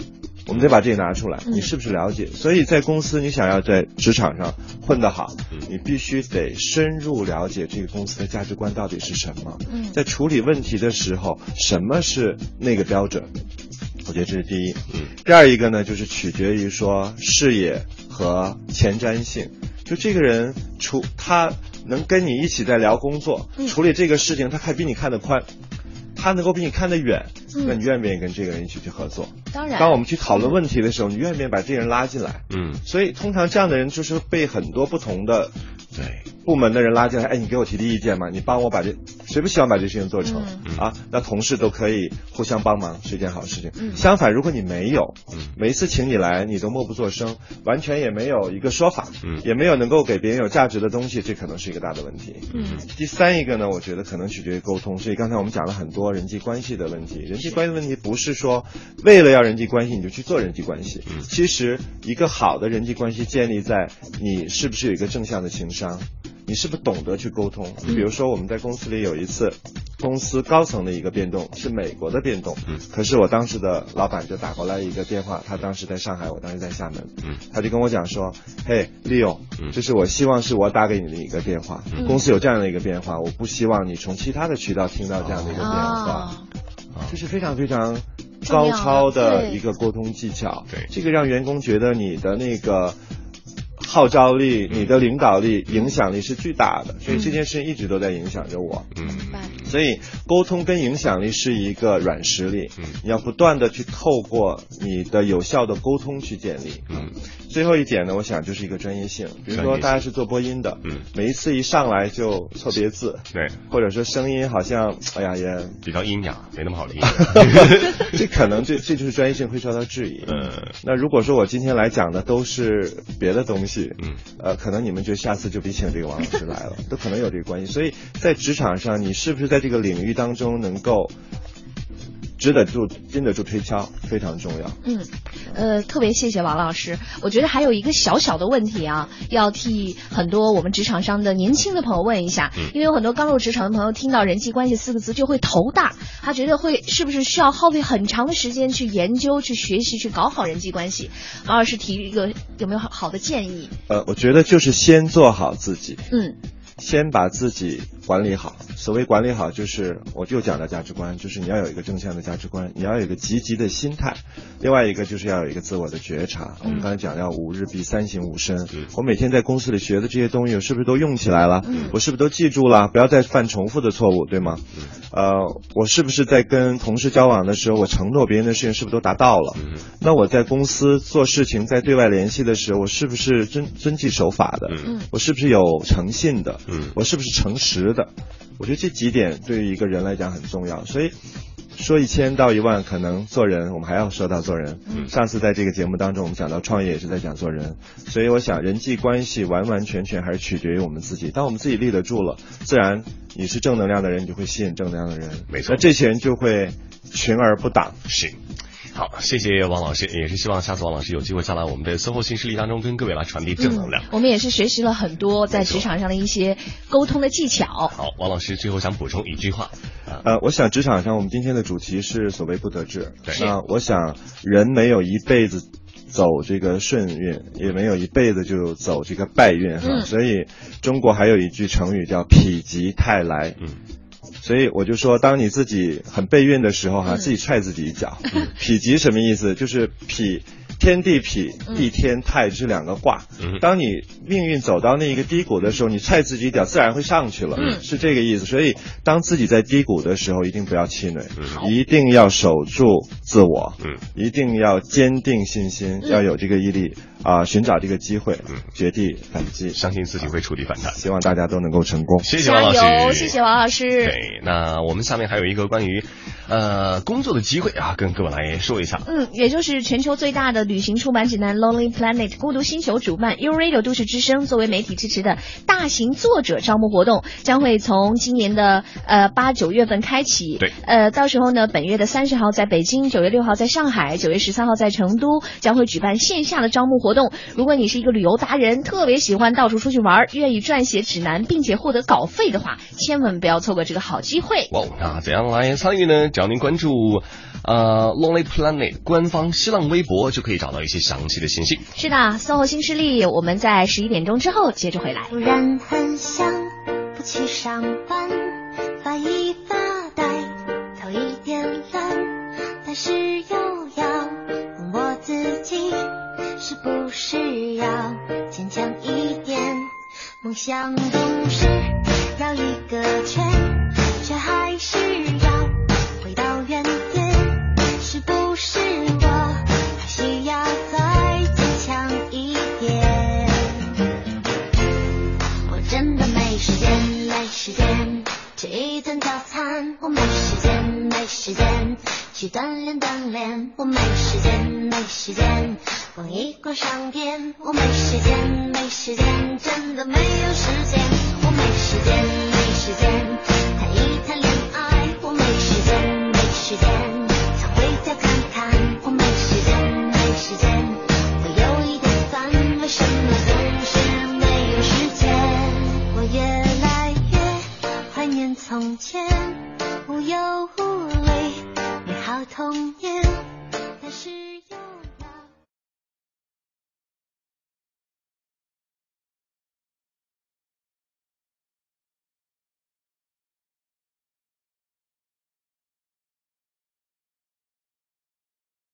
Speaker 3: 我们得把这个拿出来，
Speaker 1: 嗯
Speaker 3: 你是不是了解？所以在公司，你想要在职场上混得好，你必须得深入了解这个公司的价值观到底是什么。
Speaker 1: 嗯
Speaker 3: 在处理问题的时候，什么是那个标准？我觉得这是第一。第二一个呢，就是取决于说视野和前瞻性。就这个人，除他能跟你一起在聊工作，
Speaker 1: 嗯
Speaker 3: 处理这个事情，他还比你看得宽，他能够比你看得远，
Speaker 2: 嗯
Speaker 3: 那你愿不愿意跟这个人一起去合作？
Speaker 2: 当然
Speaker 3: 当我们去讨论问题的时候，你愿不愿意把这个人拉进来？
Speaker 1: 嗯，
Speaker 3: 所以通常这样的人就是被很多不同的
Speaker 1: 对
Speaker 3: 部门的人拉进来，哎，你给我提提意见嘛，你帮我把这，谁不希望把这事情做成、
Speaker 2: 嗯
Speaker 1: 嗯
Speaker 3: 啊？那同事都可以互相帮忙，是一件好事情。
Speaker 1: 嗯
Speaker 3: 相反，如果你没有，每一次请你来，你都默不作声，完全也没有一个说法，
Speaker 1: 嗯
Speaker 3: 也没有能够给别人有价值的东西，这可能是一个大的问题。
Speaker 1: 嗯
Speaker 3: 第三一个呢，我觉得可能取决于沟通，所以刚才我们讲了很多人际关系的问题。人际关系的问题不是说为了要人际关系你就去做人际关系，其实一个好的人际关系建立在你是不是有一个正向的情商，你是不是懂得去沟通。你比如说我们在公司里有一次，公司高层的一个变动是美国的变动，可是我当时的老板就打过来一个电话，他当时在上海，我当时在厦门，他就跟我讲说，嘿，利用，这是我希望是我打给你的一个电话，
Speaker 1: 嗯
Speaker 3: 公司有这样的一个变化，我不希望你从其他的渠道听到这样的一个变化，啊这是非常非常高超哦的一个沟通技巧，对，这个让员工觉得你的那个。号召力、你的领导力、影响力是巨大的，所以这件事一直都在影响着我。
Speaker 1: 嗯
Speaker 3: 所以沟通跟影响力是一个软嗯实力，你要不断的去透过你的有效的沟通去建立。
Speaker 1: 嗯，
Speaker 3: 最后一点呢，我想就是一个专业性，比如说大家是做播音的，嗯，每一次一上来就错别字，
Speaker 1: 对，
Speaker 3: 或者说声音好像，哎呀也
Speaker 1: 比较阴哑，没那么好听，
Speaker 3: 这可能这这就是专业性会受到质疑。嗯，那如果说我今天来讲的都是别的东西，嗯，呃，可能你们就下次就别请这个王老师来了， 都可能有这个关系。所以在职场上，你是不是在这个领域当中能够？值得住，经得住推敲，非常重要。
Speaker 2: 嗯，呃，特别谢谢王老师。我觉得还有一个小小的问题啊，要替很多我们职场上的年轻的朋友问一下，
Speaker 1: 嗯
Speaker 2: 因为有很多刚入职场的朋友听到“人际关系”四个字就会头大，他觉得会是不是需要耗费很长的时间去研究、去学习、去搞好人际关系？王老师提一个有没有好的建议？
Speaker 3: 呃，我觉得就是先做好自己。
Speaker 2: 嗯。
Speaker 3: 先把自己管理好。所谓管理好，就是我就讲的价值观，就是你要有一个正向的价值观，你要有一个积极的心态。另外一个就是要有一个自我的觉察。我们刚才讲要五日必三省吾身。我每天在公司里学的这些东西，我是不是都用起来了？我是不是都记住了？不要再犯重复的错误，对吗？呃，我是不是在跟同事交往的时候，我承诺别人的事情是不是都达到了？那我在公司做事情，在对外联系的时候，我是不是遵遵纪守法
Speaker 1: 嗯
Speaker 3: 的？我是不是有诚信的？嗯，我是不是诚实的？我觉得这几点对于一个人来讲很重要，所以说一千到一万，可能做人我们还要说到做人。嗯，上次在这个节目当中，我们讲到创业也是在讲做人，所以我想人际关系完完全全还是取决于我们自己。当我们自己立得住了，自然你是正能量的人，你就会吸引正能量的人。
Speaker 1: 没
Speaker 3: 那
Speaker 1: 错，
Speaker 3: 这些人就会群而不党。
Speaker 1: 是。好，谢谢王老师，也是希望下次王老师有机会再来我们的 SOHO 新势力当中跟各位来传递正能量、嗯。
Speaker 2: 我们也是学习了很多在职场上的一些沟通的技巧。
Speaker 1: 好，王老师最后想补充一句话。
Speaker 3: 呃，我想职场上我们今天的主题是所谓不得志。那我想人没有一辈子。走这个顺运，也没有一辈子就走这个败运哈，嗯、所以中国还有一句成语叫“否极泰来”。嗯，所以我就说，当你自己很备孕的时候哈、啊，嗯、自己踹自己一脚。嗯、否极什么意思？就是否天地否，地天泰，这是两个卦。当你命运走到那一个低谷的时候，你踹自己一脚，自然会上去了，是这个意思。所以，当自己在低谷的时候，一定不要气馁，一定要守住自我，一定要坚定信心，要有这个毅力啊、呃！寻找这个机会，绝地反击，
Speaker 1: 嗯相信自己会触底反弹。
Speaker 3: 希望大家都能够成功。
Speaker 1: 谢谢王老
Speaker 2: 师，谢谢王老师。
Speaker 1: 对，那我们下面还有一个关于呃工作的机会啊，跟各位来说一下。
Speaker 2: 嗯，也就是全球最大的。旅行出版指南《Lonely Planet》孤独星球主办 u Radio 都市之声作为媒体支持的大型作者招募活动，将会从今年的呃八九月份开启。
Speaker 1: 对，
Speaker 2: 呃，到时候呢，本月的三十号在北京，九月六号在上海，九月十三号在成都，将会举办线下的招募活动。如果你是一个旅游达人，特别喜欢到处出去玩，愿意撰写指南并且获得稿费的话，千万不要错过这个好机会。
Speaker 1: 哇，那怎样来参与呢？只要您关注呃 Lonely Planet 官方新浪微博就可以。找到一些详细的信息。
Speaker 2: 是的，SOHO 新势力，我们在十一点钟之后接着回来。
Speaker 20: 突然很想不去上班，发一发呆，头一点懒，但是又要问我自己，是不是要坚强一点？梦想总是绕一个圈，却还是要回到原点，是不是我？需要再坚强一点，我真的没时间，没时间吃一顿早餐，我没时间，没时间去锻炼锻炼，我没时间，没时间逛一逛商店，我没时间，没时间真的没有时间，我没时间，没时间谈一谈恋爱，我没时间，没时间想回家看看，我没时间。时间，我有一点烦，为什么总是没有时间？我越来越怀念从前，无忧无虑美好童年，但是。